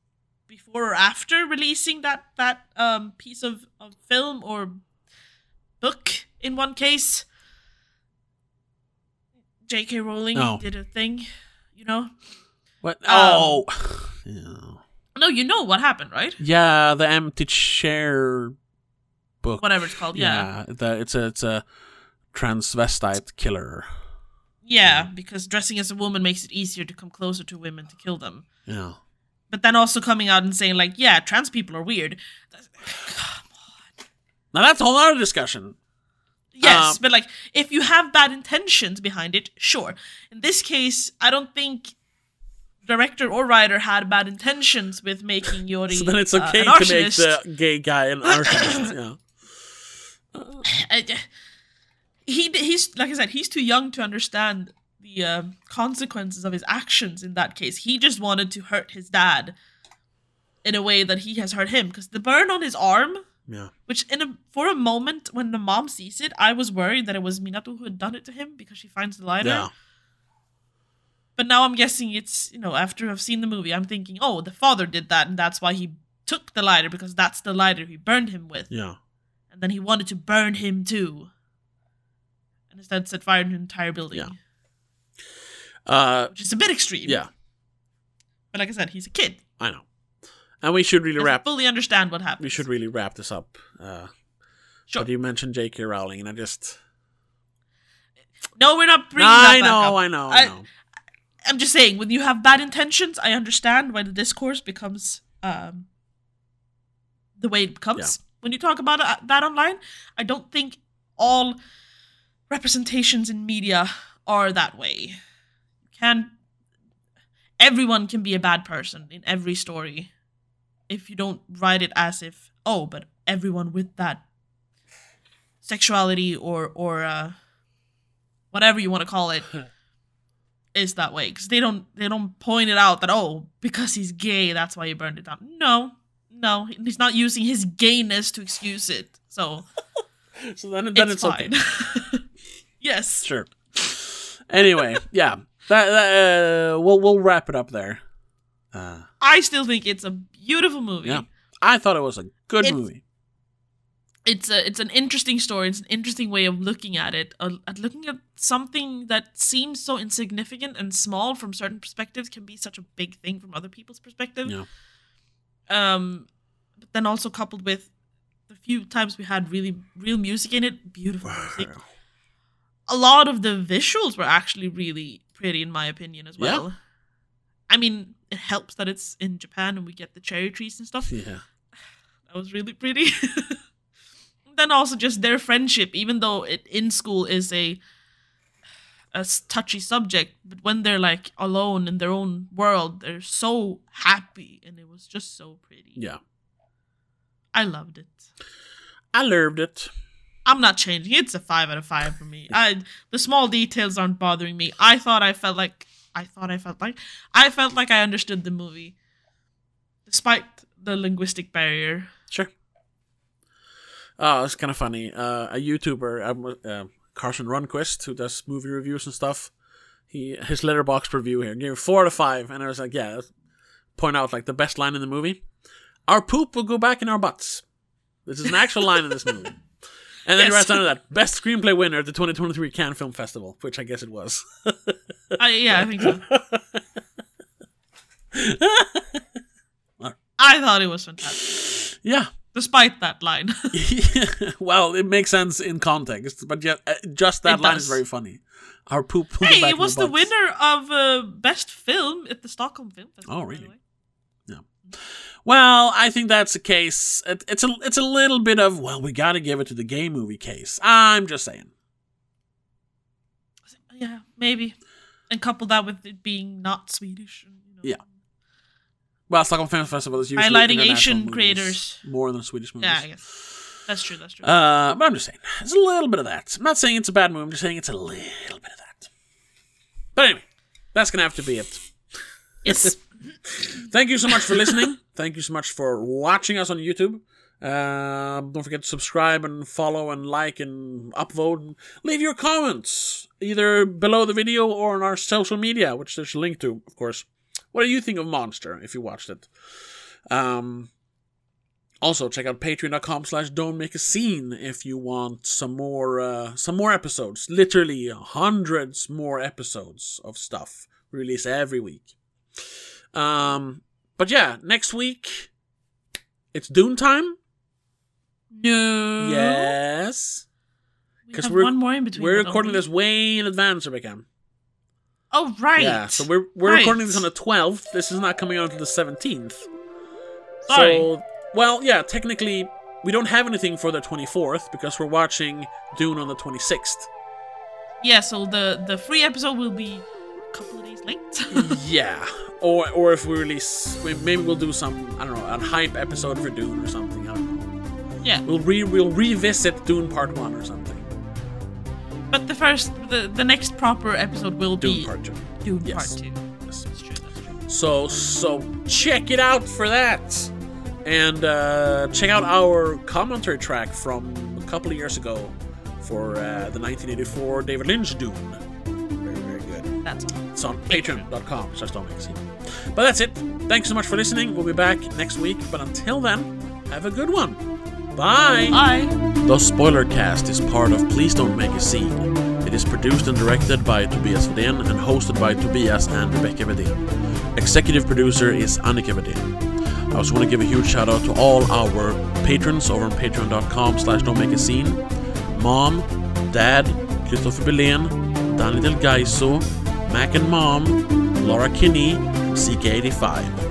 before or after releasing that that um, piece of, of film or book. In one case, J.K. Rowling
No. Oh.
did a thing, you know.
What? Oh. Yeah.
No, you know what happened, right?
yeah, the empty chair book.
Whatever it's called, Oh, yeah.
Yeah, the, it's a it's a transvestite killer.
Yeah, because dressing as a woman makes it easier to come closer to women to kill them.
Yeah.
But then also coming out and saying like, yeah, trans people are weird. That's-
Now that's a whole other discussion. Um,
Yes, but like if you have bad intentions behind it, sure. In this case, I don't think director or writer had bad intentions with making Yori.
So then it's
uh,
okay
an
to make
arsonist.
the gay guy an artist. yeah.
I- I- he he's like I said, he's too young to understand the um consequences of his actions in that case. He just wanted to hurt his dad in a way that he has hurt him because the burn on his arm,
Yeah.
which in a for a moment when the mom sees it, I was worried that it was Minato who had done it to him because she finds the lighter.
Yeah.
But now I'm guessing it's, you know, after I've seen the movie, I'm thinking, oh, the father did that and that's why he took the lighter because that's the lighter he burned him with.
Yeah.
And then he wanted to burn him too. And instead set fire to an entire building.
Yeah. Uh,
Which is a bit extreme.
yeah.
But like I said, he's a kid.
I know. And we should
He
really
doesn't
wrap.
fully understand what happened.
We should really wrap this up. Uh,
Sure.
But you mentioned J.K. Rowling, and I just.
No, we're not bringing that
I
back
know,
up.
I know, I
I-
know.
I'm just saying, when you have bad intentions, I understand why the discourse becomes um, the way it becomes. When you talk about uh, that online, I don't think all representations in media are that way. Can everyone can be a bad person in every story if you don't write it as if oh, but everyone with that sexuality or or uh, whatever you want to call it is that way because they don't they don't point it out that oh because he's gay that's why he burned it down no no he's not using his gayness to excuse it so
So then, then
it's,
it's,
fine
okay.
yes
Sure. Anyway, yeah. That, that, uh, we'll we'll wrap it up there. Uh,
i still think it's a beautiful movie
yeah. I thought it was a good
It's-
movie.
it's a it's an interesting story it's an interesting way of looking at it uh, at looking at something that seems so insignificant and small from certain perspectives can be such a big thing from other people's perspective
Yeah.
um but then also coupled with the few times we had really real music in it beautiful music a lot of the visuals were actually really pretty in my opinion as
Yeah.
well i mean it helps that it's in japan and we get the cherry trees and stuff
Yeah.
that was really pretty. then also just their friendship, even though it in school is a a s- touchy subject, but when they're like alone in their own world, they're so happy, and it was just so pretty.
Yeah.
I loved it.
I loved it.
I'm not changing. It's a five out of five for me. I the small details aren't bothering me. I thought I felt like I thought I felt like I felt like I understood the movie, despite the linguistic barrier.
Sure. Oh, it's kind of funny. Uh, a YouTuber, um, uh, Carson Runquist, who does movie reviews and stuff, he his letterbox review here gave it four out of five, and I was like, yeah, let's point out like the best line in the movie. Our poop will go back in our butts. This is an actual line in this movie. And then
Yes.
he writes under that best screenplay winner at the 2023 Cannes Film Festival, which I guess it was.
I, yeah, I think so. I thought it was fantastic,
yeah.
despite that line.
well, it makes sense in context, but yeah, uh, just that
It
line
does.
is very funny. Our poop. will go
hey,
back
it
in
was
our
the
butts.
winner of uh, best film at the Stockholm Film Festival.
Oh,
by the
really?
way.
Well, I think that's the case. It, it's a it's a little bit of well, we got to give it to the gay movie case. I'm just saying.
Yeah, maybe. And couple that with it being not Swedish. and, You know.
Yeah. Well, Stockholm Film Festival is usually
Highlighting
international
Asian
movies
creators.
more than Swedish movies.
Yeah, I guess. That's true, that's true.
Uh, but I'm just saying, it's a little bit of that. I'm not saying it's a bad movie. I'm just saying it's a little bit of that. But anyway, that's gonna have to be it.
yes.
Thank you so much for listening. Thank you so much for watching us on YouTube. Uh, don't forget to subscribe and follow and like and upvote. And leave your comments either below the video or on our social media, which there's a link to, of course. What do you think of Monster if you watched it? Um, also, check out patreon.com slash don't make a scene if you want some more uh, some more episodes. Literally hundreds more episodes of stuff released every week. Um, but yeah, next week it's Dune time.
No.
Yes,
We
'cause
have
we're-
one more in Mm-hmm. between.
we're
don't
recording
we?
this way in advance, Rebecca.
Oh right.
Yeah, so we're we're
Right.
recording this on the twelfth. This is not coming out until the seventeenth.
Sorry.
So, well, yeah, technically we don't have anything for the twenty fourth because we're watching Dune on the twenty sixth.
yeah. So the the free episode will be a couple of days late.
yeah, or or if we release, we- maybe we'll do some I don't know, a hype episode for Dune or something. I don't know.
yeah.
We'll re we'll revisit Dune Part One or something.
But the first the the next proper episode will
Dune
be
Part Two.
Dune
Yes.
Part Two.
Yes.
That's true. That's true.
So so check it out for that, and uh, check out our commentary track from a couple of years ago for uh, the 1984 David Lynch Dune. Very very good.
That's all.
It's on patreon.com slash Don Magazine. But that's it. Thanks so much for listening. We'll be back next week. But until then, have a good one. Bye.
Bye.
The Spoilercast is part of Please Don't Make a Scene. It is produced and directed by Tobias Vedén and hosted by Tobias and Rebecca Vedén. Executive producer is Annika Vedén. I also want to give a huge shout out to all our patrons over on patreon.com slash don't make a scene. Mom, Dad, Christopher Belén, Danny Del Gaiso, Mac and Mom, Laura Kinney, CK85.